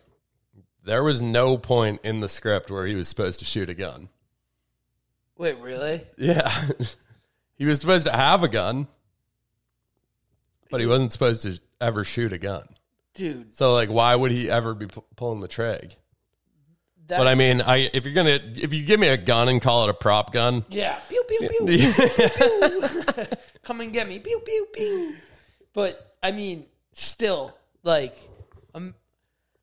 there was no point in the script where he was supposed to shoot a gun. Wait, really? Yeah, he was supposed to have a gun, but he wasn't supposed to ever shoot a gun. Dude, So like, why would he ever be pu- pulling the trig? that's, But I mean, I if you're gonna if you give me a gun and call it a prop gun, yeah. Pew pew pew. Come and get me. Pew pew pew. But I mean, still, like, um,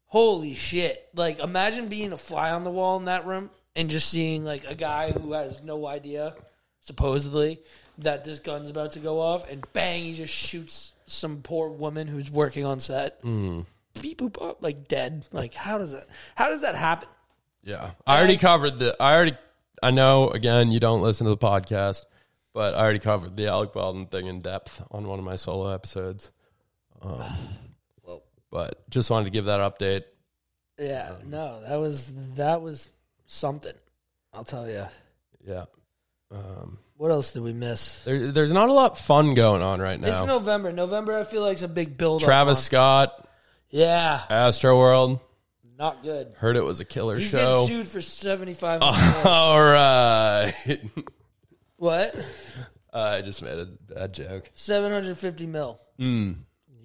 holy shit! Like, imagine being a fly on the wall in that room and just seeing like a guy who has no idea, supposedly, that this gun's about to go off, and bang, he just shoots some poor woman who's working on set. Beep boop up, like dead. Like, how does that? How does that happen? yeah, I already covered the. I already I know again you don't listen to the podcast, but I already covered the Alec Baldwin thing in depth on one of my solo episodes. Um, Well. but just wanted to give that update. Yeah, Um, no, that was that was something. I'll tell you. Yeah, What else did we miss? there, there's not a lot fun going on right It's now. November. November, I feel like is a big build. Travis Scott, yeah, Astro World, not good. heard it was a killer He's show. getting sued for seventy five. All right, What? I just made a bad joke. Seven hundred fifty mil. Hmm.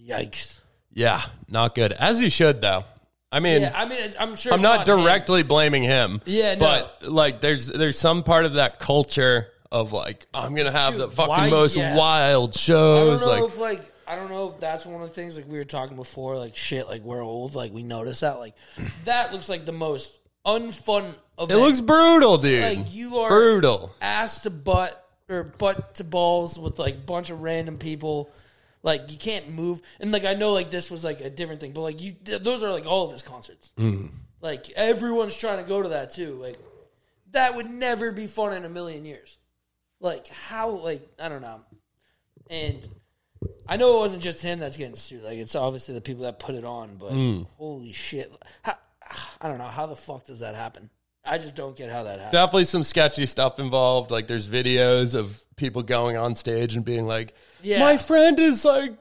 Yikes. Yeah, not good. As you should, though. I mean, Yeah, I mean, it- I'm sure I'm it's not him. directly blaming him. Yeah, no. but like, there's there's some part of that culture of like, I'm gonna have Dude, the fucking why- most yeah. wild I don't shows. know Like, if like I don't know if that's one of the things like we were talking before. Like shit, like we're old. Like we notice that. Like that looks like the most unfun. Event. it looks brutal, dude. Like, you are- brutal. ass to butt or butt to balls with like bunch of random people. Like you can't move, and like I know like this was like a different thing, but like you, th- those are like all of his concerts. Like everyone's trying to go to that too. Like that would never be fun in a million years. Like how? Like I don't know. And I know it wasn't just him that's getting sued. Like it's obviously the people that put it on. But holy shit! How, I don't know how the fuck does that happen. I just don't get how that happens. Definitely some sketchy stuff involved. Like, there's videos of people going on stage and being like, Yeah. "My friend is like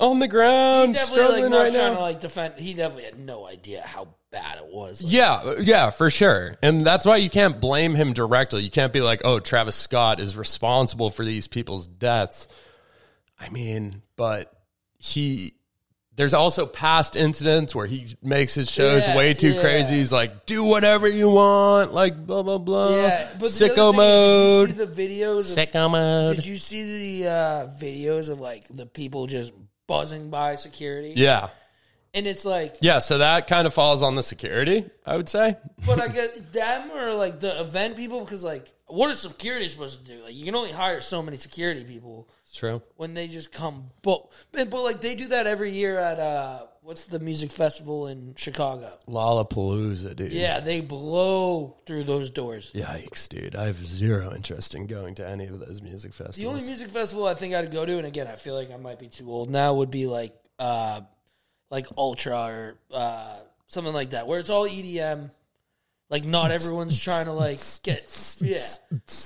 on the ground, definitely like struggling not right trying now." to like defend. He definitely had no idea how bad it was. Like, Yeah, uh, yeah, for sure. And that's why you can't blame him directly. You can't be like, "Oh, Travis Scott is responsible for these people's deaths." I mean, but he there's also past incidents where he makes his shows Yeah, way too yeah. crazy. He's like, "Do whatever you want," like blah blah blah. yeah. But the sicko other mode. thing is, Did you see the videos? Of, Sicko mode. did you see the uh, videos of like the people just buzzing by security? yeah. And it's like, Yeah, so that kind of falls on the security, I would say. but I get them or like the event people because like, what is security supposed to do? Like, you can only hire so many security people. It's true. when they just come but, but but like they do that every year at uh what's the music festival in Chicago. Lollapalooza, dude. Yeah, they blow through those doors. Yikes, dude. I have zero interest in going to any of those music The only festivals. music festival I think I'd go to, and again I feel like I might be too old now, would be like uh like Ultra or uh something like that, where it's all EDM. Like not everyone's trying to like get yeah.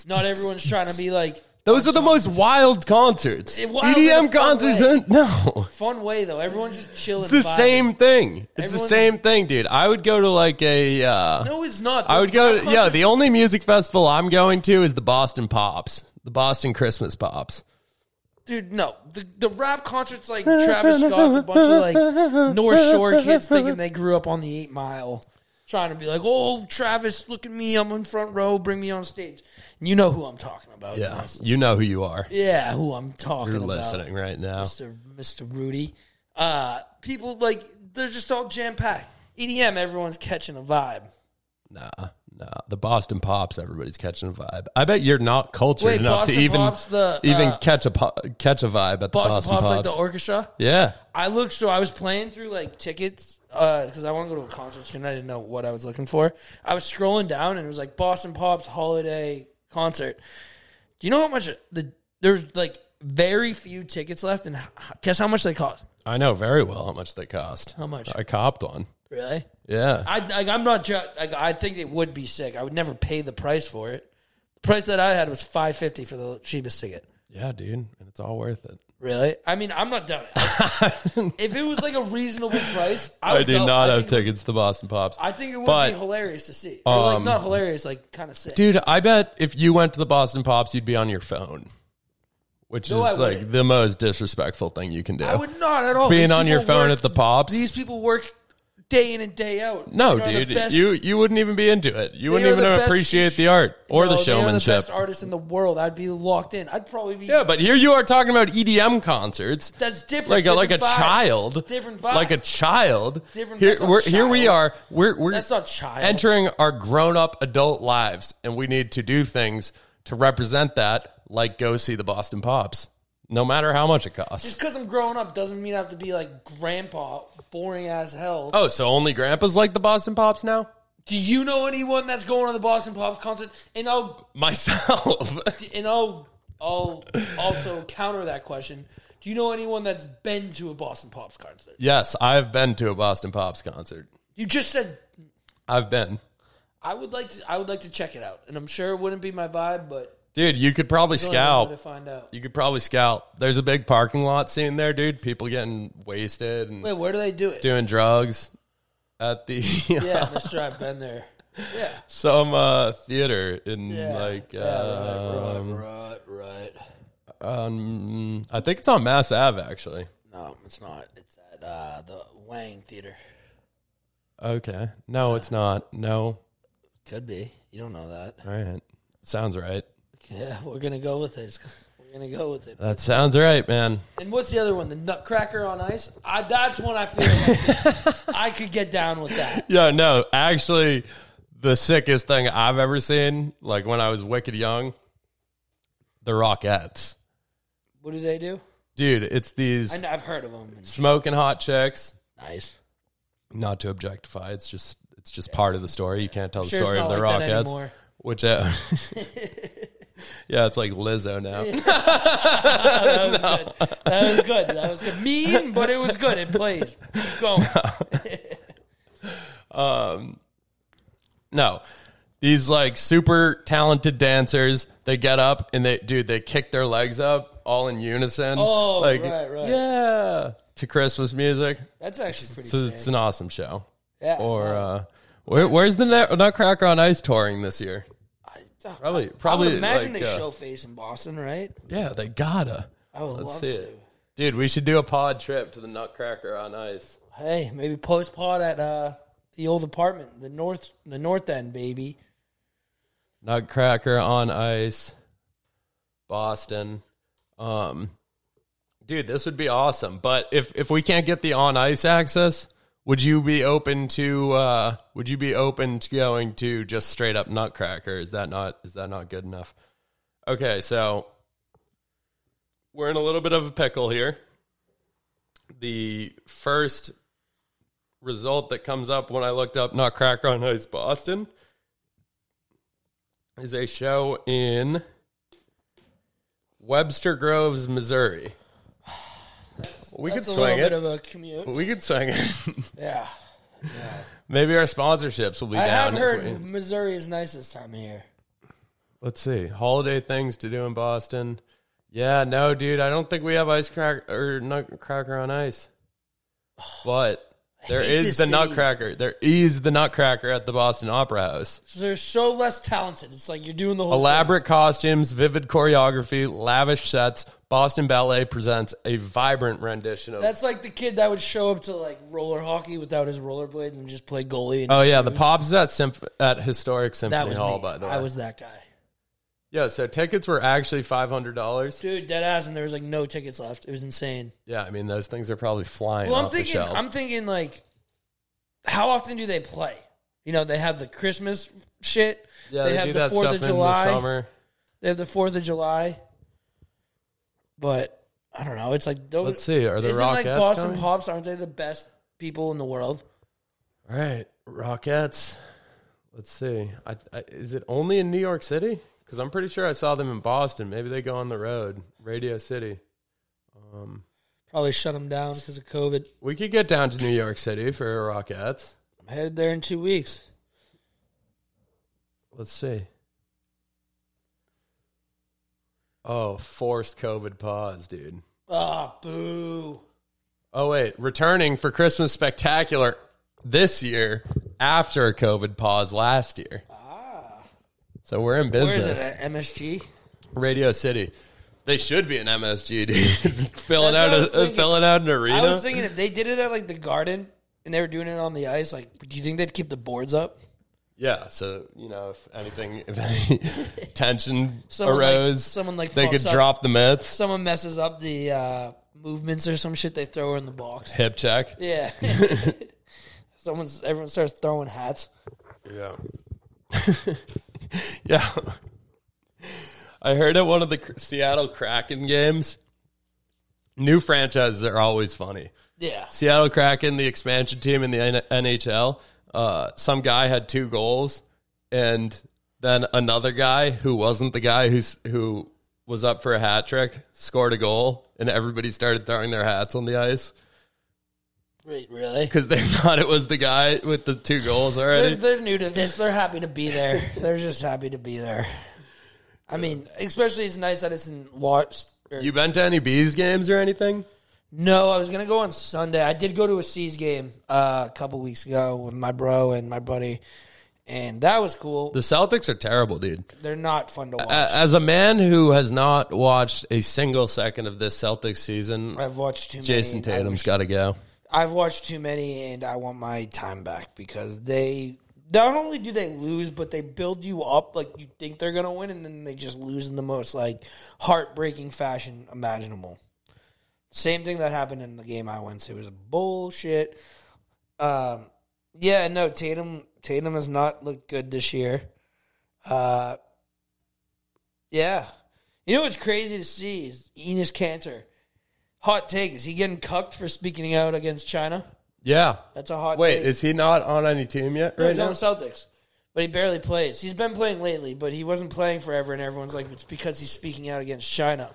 Not everyone's trying to be like Those are the most wild concerts. It- wild in a EDM fun concerts way. aren't. No. fun way though. Everyone's just chilling. It's the same thing. It's the Everyone's- same thing, dude. I would go to like a. Uh, No, it's not. I would go Rock to. Yeah, concerts- the only music festival I'm going to is the Boston Pops, the Boston Christmas Pops. Dude, no. The, the rap concerts like Travis Scott's a bunch of like North Shore kids thinking they grew up on the eight mile. Trying to be like, oh Travis, look at me, I'm in front row, bring me on stage. And you know who I'm talking about. Yeah. You know who you are. Yeah, who I'm talking You're about. listening right now. Mr. Mr. Rudy. Uh people like they're just all jam packed. EDM, everyone's catching a vibe. Nah, nah. The Boston Pops, everybody's catching a vibe. I bet you're not cultured Wait, enough Boston to even Pops the even uh, catch a po- catch a vibe at the Boston, Boston Pops, Pops. like the orchestra. yeah, I looked, so I was playing through like tickets because I want to go to a concert soon. I didn't know what I was looking for. I was scrolling down and it was like Boston Pops Holiday concert. Do you know how much the there's like very few tickets left, and h- guess how much they cost? I know very well how much they cost. How much? I copped one. Really? Yeah. I like, I'm not. ju- Like, I think it would be sick. I would never pay the price for it. The price that I had was five fifty for the cheapest ticket. yeah, dude. And it's all worth it. Really? I mean, I'm not down. it. if it was like a reasonable price, I, I, would did go. not I have think it- tickets to Boston Pops. I think it would But- um, be hilarious to see. Or like not hilarious, like kind of sick. Dude, I bet if you went to the Boston Pops, you'd be on your phone, which No, I is like wouldn't. the most disrespectful thing you can do. I would not at all. These Being on your people phone work- at the Pops. These people work day in and day out. no, They are the dude, best- you you wouldn't even be into it. You wouldn't are even the best appreciate ins- the art or No, the they are the showmanship. best artists in the world. I'd be locked in. I'd probably be. yeah, but here you are talking about EDM concerts. that's different. like a, different like a vibe. child, Different vibe. like a child. Different- Here, that's not we're, here we child. are. We're we're That's not child. entering our grown up adult lives, and we need to do things to represent that. Like go see the Boston Pops, no matter how much it costs. Just because I'm growing up doesn't mean I have to be like grandpa, boring as hell. Oh, so only grandpas like the Boston Pops now? Do you know anyone that's going to the Boston Pops concert? And I'll Myself. and I'll I'll also counter that question. Do you know anyone that's been to a Boston Pops concert? yes, I've been to a Boston Pops concert. You just said I've been. I would like to I would like to check it out, and I'm sure it wouldn't be my vibe, but Dude, you could probably I don't know how scalp. to find out. You could probably scalp. There's a big parking lot scene there, dude. People getting wasted and Wait, where do they do it? doing drugs at the Yeah, Mister, I've been there. Yeah, some uh, theater in yeah. like Yeah, uh, right, right, right, right. um, I think it's on Mass Ave actually. No, it's not. It's at uh, the Wang Theater. Okay, no, it's not. No, Could be. You don't know that. all right, sounds right. Yeah, we're gonna go with it. It's- We're gonna go with it. That sounds right, man. And what's the other one? The Nutcracker on Ice. I, that's one I feel like I could get down with that. Yeah, no, actually, the sickest thing I've ever seen, like when I was wicked young, the Rockettes, What do they do? dude. It's I these know, I've heard of them. smoking hot chicks. Nice. Not to objectify, it's just it's just part of the story. You can't tell the Sure, it's story of not the like that Rockettes. anymore. Which, uh, yeah, it's like Lizzo now. That was good. That was good. That was good. Mean, but it was good. It plays. Keep going. No, these like super talented dancers, they get up and they, dude, they kick their legs up all in unison. Oh, like, right, right. Yeah, to Christmas music. That's actually pretty. So it's an awesome show. Yeah. Or, uh, where, where's the Nut- Nutcracker on Ice touring this year? I, Probably, I would probably. imagine like, they uh, show face in Boston, right? Yeah, they gotta. I would Let's love see to. it. Dude, we should do a pod trip to the Nutcracker on Ice. Hey, maybe post pod at uh, the old apartment, the north, the north end, baby. Nutcracker on Ice, Boston. Um, dude, this would be awesome. But if if we can't get the on ice access, would you be open to uh, would you be open to going to just straight up Nutcracker? Is that not is that not good enough? Okay, so we're in a little bit of a pickle here. The first result that comes up when I looked up Nutcracker on Ice Boston is a show in Webster Groves, Missouri. we could That's a swing little it. bit of a commute. we could swing it. Yeah. Maybe our sponsorships will be I down. have if heard we- Missouri is nice this time of year. Let's see. Holiday things to do in Boston. Yeah, no, dude. I don't think we have ice crack or nutcracker on ice. But there hate is this the city. nutcracker. There is the nutcracker at the Boston Opera House. So they're so less talented. It's like you're doing the whole. Elaborate costumes, vivid choreography, lavish sets. Boston Ballet presents a vibrant rendition of. That's like the kid that would show up to like roller hockey without his rollerblades and just play goalie. And oh yeah, the pops at Symph- at historic that Symphony was Hall. me. By the way, I was that guy, yeah. So tickets were actually five hundred dollars. dude. Dead ass, and there was like no tickets left. It was insane. Yeah, I mean those things are probably flying. Well, I'm off thinking, The shelves. I'm thinking like, how often do they play? You know, they have the Christmas shit. yeah, they, they, have do the that Fourth stuff of in the July. summer. they have the Fourth of July. But I don't know. It's like those, Let's see, are the isn't like Rockettes Boston coming? Pops? Aren't they the best people in the world? All right, Rockettes. Let's see. I, I, is it only in New York City? Because I'm pretty sure I saw them in Boston. Maybe they go on the road, Radio City. Probably shut them down because of COVID. We could get down to New York City for Rockettes. I'm headed there in two weeks. Let's see. Oh, forced COVID pause, dude. Ah, boo. Oh, wait. Returning for Christmas Spectacular this year after a COVID pause last year. Ah. So we're in Where is business. it at MSG? Radio City. They should be an MSG, dude. filling, out That's what I a, was thinking. filling out an arena. I was thinking if they did it at like the garden and they were doing it on the ice, like, do you think they'd keep the boards up? Yeah, so you know, if anything, if any tension Someone like- arose, someone like they fucks could up- drop the myths. Someone messes up the uh, movements or some shit, they throw her in the box. Hip check. Yeah. Someone's everyone starts throwing hats. Yeah, yeah. I heard at one of the Cr- Seattle Kraken games. New franchises are always funny. Yeah. Seattle Kraken, the expansion team in the N- NHL. Uh, some guy had two goals, and then another guy who wasn't the guy who's who was up for a hat trick scored a goal, and everybody started throwing their hats on the ice Wait, really? because they thought it was the guy with the two goals They're, already. they're new to this. They're happy to be there. They're just happy to be there. I mean, especially it's nice that it's in watched. You been to any bees games or anything? No, I was gonna go on Sunday. I did go to a C's game uh, a couple weeks ago with my bro and my buddy, and that was cool. The Celtics are terrible, dude. They're not fun to watch. A- As a man who has not watched a single second of this Celtics season, I've watched too Jason many. I Tatum's wish- got to go. I've watched too many, and I want my time back because they not only do they lose, but they build you up like you think they're gonna win, and then they just lose in the most like heartbreaking fashion imaginable. Same thing that happened in the game I went to. It was bullshit. Um, yeah, no, Tatum Tatum has not looked good this year. Uh, yeah, you know what's crazy to see is Enos Cantor. Hot take: Is he getting cucked for speaking out against China? Yeah, That's a hot Wait, take. is he not on any team yet? No, Right he's on now, the Celtics, but he barely plays. He's been playing lately, but he wasn't playing forever, and everyone's like, it's because he's speaking out against China.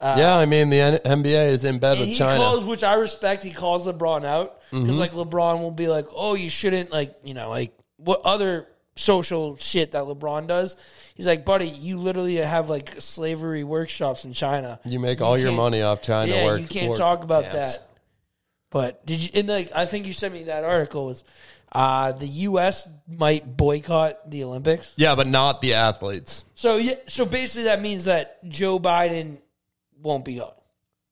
yeah. I mean, the N- NBA is in bed And with he China. Mm-hmm. calls, which I respect. He calls LeBron out because like LeBron will be like, "Oh, you shouldn't like you know like what other social shit that LeBron does." He's like, "Buddy, you literally have like slavery workshops in China. you make all your can't- money off China yeah, work. you can't work talk about camps. that." But did you? And like, I think you sent me that article was uh, the U.S. might boycott the Olympics. Yeah, but not the athletes. So yeah, so basically that means that Joe Biden won't be going.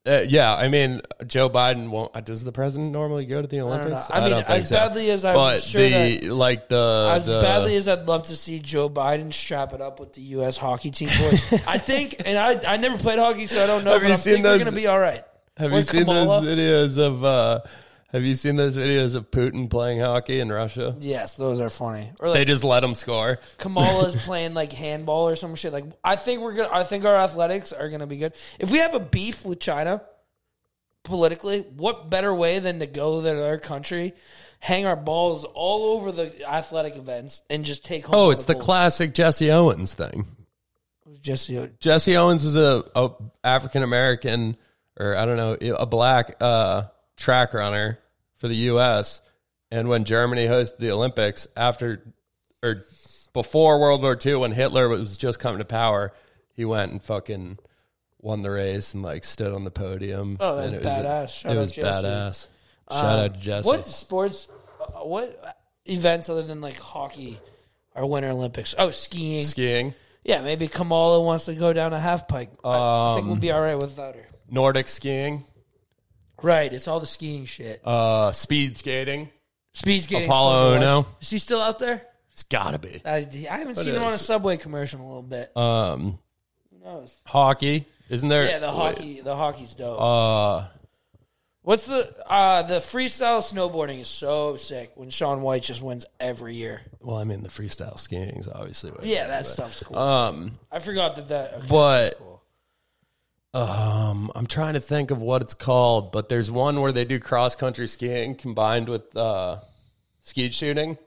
Uh, yeah, I mean, Joe Biden won't. uh, Does the president normally go to the know. Olympics? I mean, don't think as so. badly as I'm but sure the like the As the- badly as I'd love to see Joe Biden strap it up with the U.S. hockey team boys, I think, and I I never played hockey, so I don't know, Have but you I seen think we're those- gonna be all right. have Or you seen Kamala. those videos of? uh Have you seen those videos of Putin playing hockey in Russia? Yes, those are funny. Or They like just let him score. Kamala's playing like handball or some shit. Like I think we're gonna, I think our athletics are gonna be good. If we have a beef with China politically, what better way than to go to their country, hang our balls all over the athletic events, and just take home? Oh, all it's the gold? classic Jesse Owens thing. Just you know, Jesse Owens was a, a African American or I don't know a black uh, track runner for the U.S. And when Germany hosted the Olympics after or before World War II, when Hitler was just coming to power, he went and fucking won the race and like stood on the podium. Oh, that's and badass. Shout it out was Jesse. Um, badass. Shout out to Jesse. What sports? uh, What events other than like hockey are Winter Olympics? Oh, skiing. Skiing, yeah, maybe Kamala wants to go down a half pipe. I, I think we'll be Um, all right without her. Nordic skiing, Right, it's all the skiing shit. uh, speed skating. Speed skating. Apollo Ono. Is he still out there? It's gotta be. I, I haven't seen him on a subway commercial in a little bit. Um, Who knows? hockey. Isn't there? Yeah, the hockey. The hockey's dope. Uh, What's the uh the freestyle snowboarding is so sick when Sean White just wins every year. Well, I mean, the freestyle skiing is obviously. What Yeah, that stuff's cool. Um, I forgot that that. Okay, but cool. um, I'm trying to think of what it's called, but there's one where they do cross country skiing combined with uh, skeet shooting.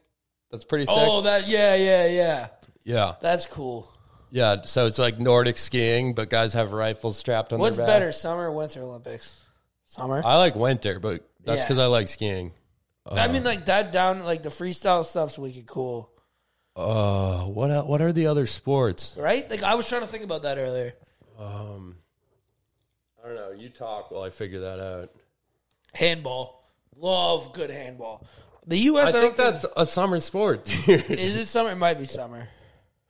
That's pretty sick. Oh, that yeah, yeah, yeah. yeah, That's cool. Yeah, so it's like Nordic skiing, but guys have rifles strapped on What's their back. better, summer or winter Olympics? Summer. I like winter, but that's Yeah. because I like skiing. I mean, like that down, like the freestyle stuff's wicked cool, Uh, what el- what are the other sports? right? Like I was trying to think about that earlier. I don't know. You talk while I figure that out. Handball, love good handball. The U.S. I I, think don't that's a summer sport, dude. is it summer. It might be summer.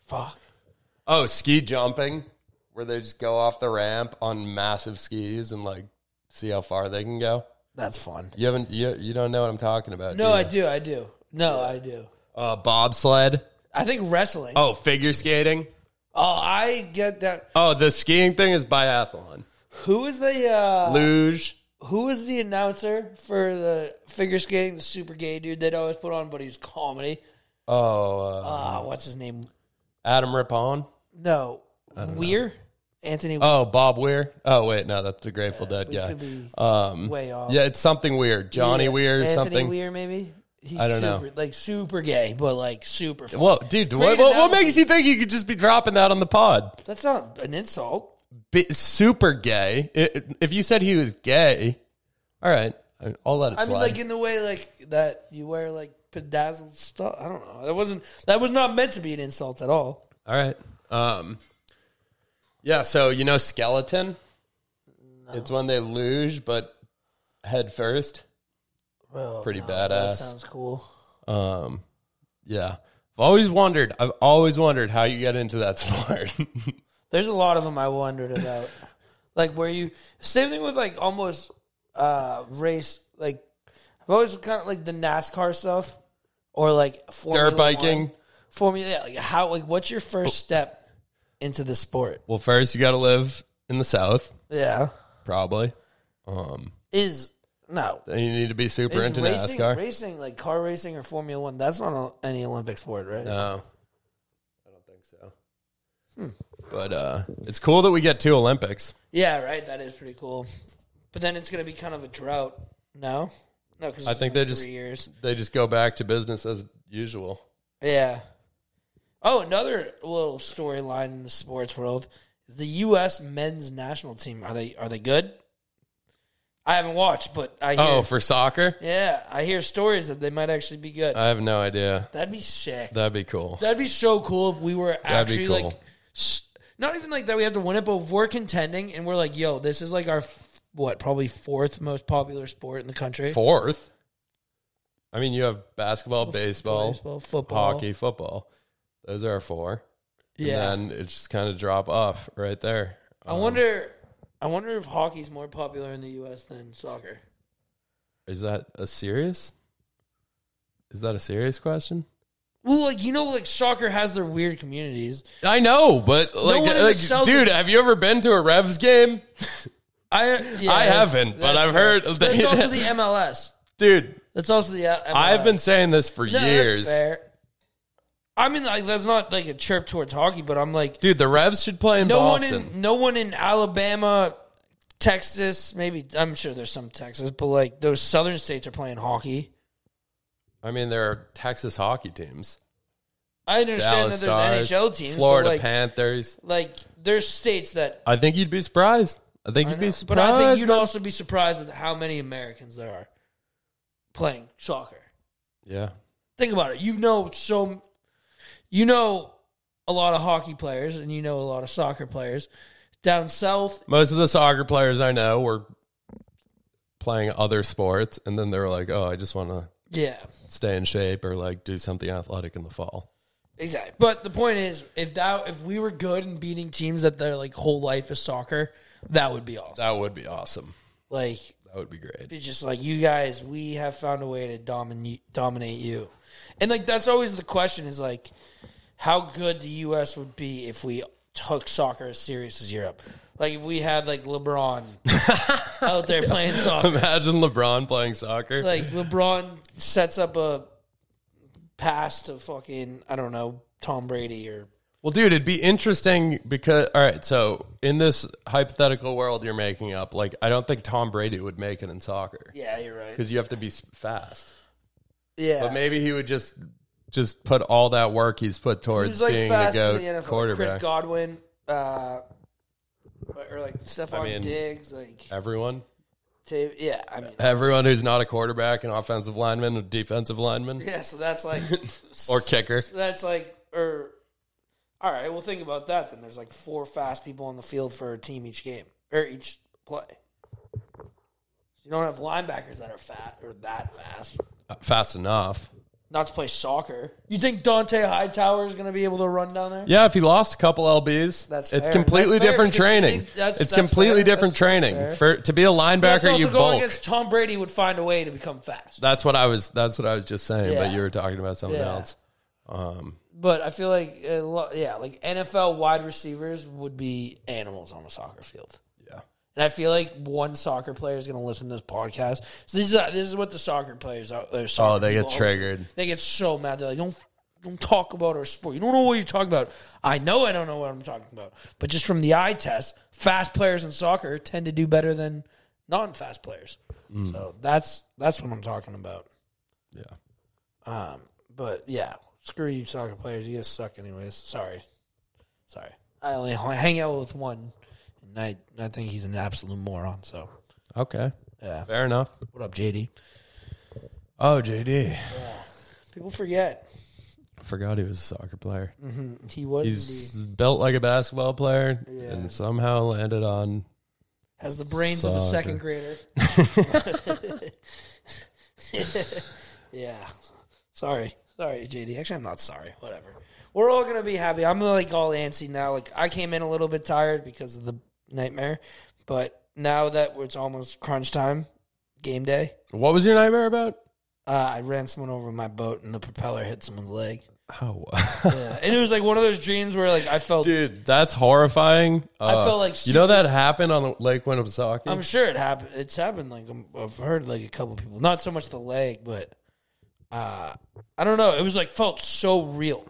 Fuck. oh, ski jumping, where they just go off the ramp on massive skis and like see how far they can go. That's fun. You haven't you you don't know what I'm talking about. No, do I you? do. I do. No, I do. uh, bobsled. I think wrestling. Oh. Oh, figure skating. I get that. Oh, the skiing thing is biathlon. Who is the uh, Luge. who is the announcer for the figure skating? The super gay dude that always put on, but he's comedy. Oh, uh, Ah, what's his name? Adam Rippon. No, Weir. Anthony. Oh, Bob Weir. Oh, wait, no, that's the Grateful Dead we guy. could be um, way off. Yeah, it's something weird. Johnny Yeah, Weir, Anthony something. Weir, maybe. He's I don't know. super, Like super gay, but like super. Fun. Whoa, dude, what, what, what makes you think you could just be dropping that on the pod? That's not an insult. Be, super gay. I i- if you said he was gay, all right, I- I'll let it I slide. mean, like in the way like that you wear like bedazzled stuff. I don't know. That wasn't. That was not meant to be an insult at all. all right. Um, yeah, so you know skeleton? It's when they luge, but head first. Well, Pretty That badass. sounds cool. Um, yeah. I've always wondered. I've always wondered how you got into that sport. There's a lot of them I wondered about. like where you same thing with like almost uh race like I've always kind of like the NASCAR stuff or like Formula Dirt biking. One. Formula yeah, like how like what's your first step into the sport? Well, first you got to live in the South, Yeah. probably. Um, Is no. then you need to be super Is into racing NASCAR. racing like car racing or Formula 1 that's not a, any Olympic sport, right? no, I don't think so. Hmm. But uh, it's cool that we get two Olympics. Yeah, right, that is pretty cool. But then it's going to be kind of a drought. No? No, cuz I think they just- 3 years. They just go back to business as usual. Yeah. Oh, another little storyline in the sports world is the U.S. men's national team. Are they are they good? I haven't watched, but I hear, Oh, for soccer, yeah, I hear stories that they might actually be good. I have no idea. That'd be sick. That'd be cool. That'd be so cool if we were That'd actually be like, cool. s- not even like that we have to win it, but if we're contending and we're like, yo, this is like our f- what probably fourth most popular sport in the country. Fourth. I mean, you have basketball, baseball, Baseball, football, hockey, football. Those are our four. Yeah, And then um, it just kind of drop off right there. Uh, I wonder. I wonder if hockey's more popular in the U.S. than soccer. Is that a serious? Is that a serious question? Well, like you know, like soccer has their weird communities. I know, but like, one in the like, Celtics- dude, have you ever been to a Revs game? I I yeah, that's- haven't, but that's I've fair. heard of That's the- also the MLS. Dude, That's also the uh, MLS. I've been saying this for No, that's years. fair. I mean, like that's not like a chirp towards hockey, but I'm like Dude, the Revs should play in no Boston. one in no one in Alabama, Texas. Maybe I'm sure there's some Texas, but like those southern states are playing hockey. I mean, there are Texas hockey teams. I understand Dallas that there's Stars, NHL teams, Florida but like, Panthers. like there's states that. I think you'd be surprised. I think you'd be But surprised. I think you'd man. also be surprised with how many Americans there are playing soccer. Yeah. think about it. You know so you know a lot of hockey players and you know a lot of soccer players. Down south, Most of the soccer players I know were playing other sports, and then they were like, oh, I just want to yeah. stay in shape or like do something athletic in the fall. Exactly. But the point is if that if we were good and beating teams that their like whole life is soccer, that would be awesome. That would be awesome. Like That would be great. it's just like you guys, we have found a way to dominate dominate you. And like that's always the question is like how good the US would be if we took soccer as serious as Europe. Like if we had like LeBron out there playing soccer. Imagine LeBron playing soccer. like LeBron sets up a pass to fucking I don't know Tom Brady or well, dude, it'd be interesting because, all right, so in this hypothetical world you're making up, like, I don't think Tom Brady would make it in soccer yeah, you're right. because you have to be s- fast. Yeah, But maybe he would just just put all that work he's put towards He's like being fast the in goat the NFL. like quarterback. Chris Godwin, uh, or like Stephon mean- Diggs, like Everyone, Ta- yeah. I mean, everyone who's not a quarterback, an offensive lineman, a defensive lineman, yeah. So that's like or kicker. that's like or all right. Well, think about that. Then there's like four fast people on the field for a team each game or each play. You don't have linebackers that are fat or that fast. Fast enough. Not to play soccer. You think Dante Hightower is going to be able to run down there? Yeah, if he lost a couple LBs, That's it's fair. completely That's fair different because he training. did- that's- it's that's completely fair. different That's- that's training. fair. For to be a That's linebacker, also you going bulk. against Tom Brady would find a way to become fast. That's what I was. That's what I was just saying. But Yeah. you were talking about something Yeah. else. But I feel like, a lo- yeah, like NFL wide receivers would be animals on a soccer field. Yeah. And I feel like one soccer player is going to listen to this podcast. So this is uh, this is what the soccer players are. or soccer Oh, they people get are- triggered. They get so mad. They're like, don't don't talk about our sport. You don't know what you're talking about. I know I don't know what I'm talking about. But just from the eye test, fast players in soccer tend to do better than non-fast players. Mm. So that's that's what I'm talking about. Yeah. Um, but yeah, screw you, soccer players. You guys suck, anyways. Sorry, sorry. I only hang out with one, and I I think he's an absolute moron. So Okay. yeah, Fair enough. what up, JD? Oh, JD. People forget I forgot he was a soccer player. Mm-hmm. he was He's indeed- built like a basketball player Yeah. and somehow landed on. has the brains of a Soccer. second grader. yeah, sorry, sorry, JD. Actually, I'm not sorry. Whatever. We're all gonna be happy. I'm like all antsy now. Like I came in a little bit tired because of the nightmare, but now that it's almost crunch time, game day. What was your nightmare about? Uh, I ran someone over with my boat, and the propeller hit someone's leg. Oh, Yeah, and it was like one of those dreams where like I felt. dude, that's horrifying. Uh, felt like you know that happened on Lake Winnipesaukee. I'm sure it happened. It's happened. Like um, I've heard like a couple people. Not so much the leg, but uh, I don't know. It was like felt so real,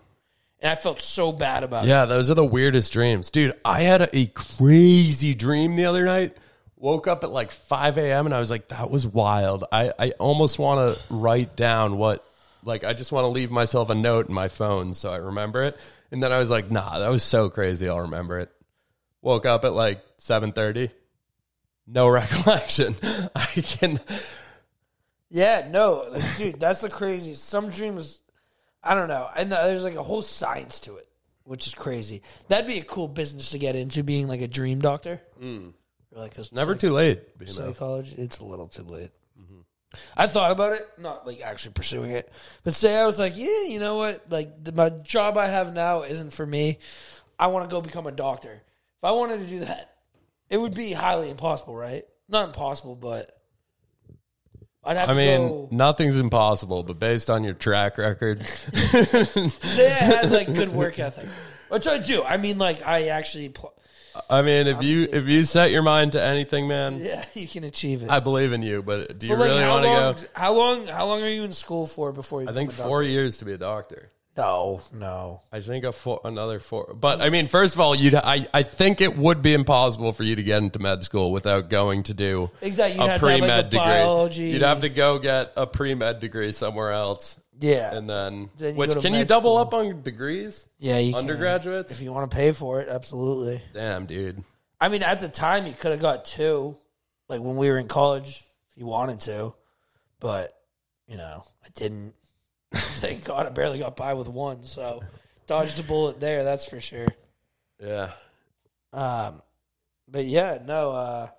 and I felt so bad about it. Yeah, those are the weirdest dreams. Dude, I had a, a crazy dream the other night. Woke up at like 5 a.m. and I was like, that was wild. I, I almost want to write down what, like, I just want to leave myself a note in my phone so I remember it. And then I was like, nah, that was so crazy. I'll remember it. Woke up at like 7.30. No recollection. I can, Yeah, no, like, dude, that's the craziest. Some dreams, I don't know. And there's like a whole science to it, which is crazy. That'd be a cool business to get into, being like a dream doctor. Or, like a never too late. you know. psychology. It's a little too late. Mm-hmm. I thought about it, not like actually pursuing it, but say I was like, yeah, you know what? Like the, my job I have now isn't for me. I want to go become a doctor. If I wanted to do that, it would be highly impossible, right? Not impossible, but I'd have I to mean, go. nothing's impossible, but based on your track record, Say I had like good work ethic, which I do. I mean, like I actually, pl- I mean, if you if you set your mind to anything, man, yeah, you can achieve it. I believe in you. But do you But, like, really how want to long? go? How long? How long are you in school for before you? I think four years to be a doctor. No, no. I think a four, another four. But I mean, first of all, you I I think it would be impossible for you to get into med school without going to do Exactly. You'd a have to have, pre like, med a degree. biology- You'd have to go get a pre med degree somewhere else, Yeah. and then, Then you which go to can you med double school. up on degrees? yeah, you can. Undergraduates? If you want to pay for it, absolutely. Damn, dude. I mean, at the time, you could have got two, like when we were in college, if you wanted to, but you know, I didn't. Thank God, I barely got by with one, so dodged a bullet there. That's for sure. Yeah. Um, but yeah, no. Uh,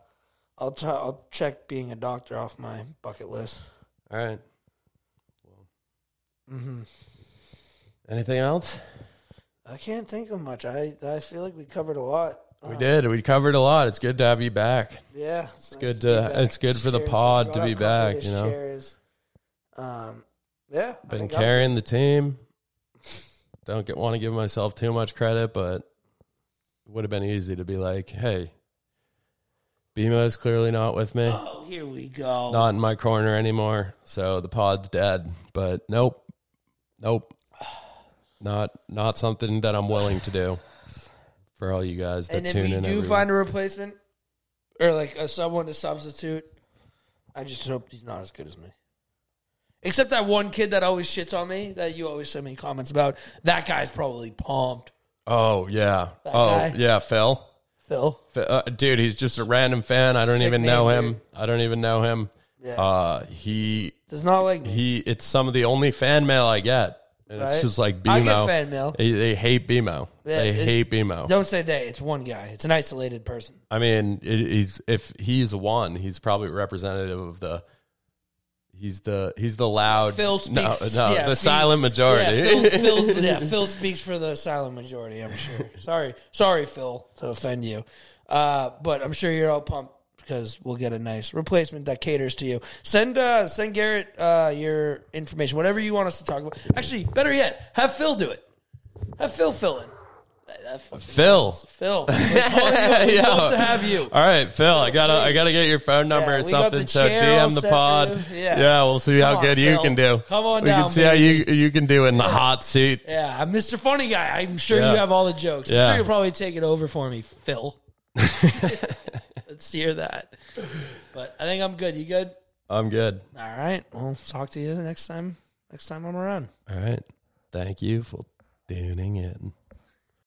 I'll try. I'll check being a doctor off my bucket list. All right. Mm-hmm. Anything else? I can't think of much. I I feel like we covered a lot. We did. We covered a lot. It's good to have you back. Yeah, it's, nice good be to- back. it's good for the Cheers. pod Forgot to how be comfy back, this you know? chair is. um, yeah, I Been think I'm- carrying the team. Don't get, want to give myself too much credit, but it would have been easy to be like, "Hey, BMO is clearly not with me, Oh, here we go. not in my corner anymore, so the pod's dead." But nope, nope, not not something that I'm willing to do for all you guys that and if tune you in. do every week. find a replacement or like a, someone to substitute, I just hope he's not as good as me. Except that one kid that always shits on me that you always send me comments about. That guy's probably pumped. Oh yeah. oh guy. yeah. Phil. Phil. F- Uh, dude, he's just a random fan. I don't Sick even know name, him. dude. I don't even know him. Uh, he Does not like me. he. It's some of the only fan mail I get. And It's Right. just like BMO. I get fan mail. They, they hate BMO. Yeah, they it- hate BMO. Don't say they. It's one guy. It's an isolated person. I mean, it, he's if he's one, he's probably representative of the. He's the he's the loud Phil speaks. no no yeah, the Phil- silent majority. Yeah Phil, Phil's, yeah, Phil speaks for the silent majority. I'm sure. Sorry, sorry, Phil, to offend you, uh, but I'm sure you're all pumped because we'll get a nice replacement that caters to you. Send uh, send Garrett uh, your information, whatever you want us to talk about. Actually, better yet, have Phil do it. Have Phil fill in. That fucking- Phil. Phil, we're calling you. We Yo. love to have you. All right, Phil. I gotta I gotta get your phone number Yeah, or we got something. the So chair all DM the set pod. for you. Yeah. Yeah. we'll see how Come on, good you Phil. can do. Come on we can down, see how you you can do in the hot seat. Yeah, I'm Mr. Funny Guy. I'm sure Yeah. you have all the jokes. Yeah. I'm sure you'll probably take it over for me, Phil. Let's hear that. But I think I'm good. You good? I'm good. All right. Well, talk to you next time. Next time I'm around. All right. Thank you for tuning in.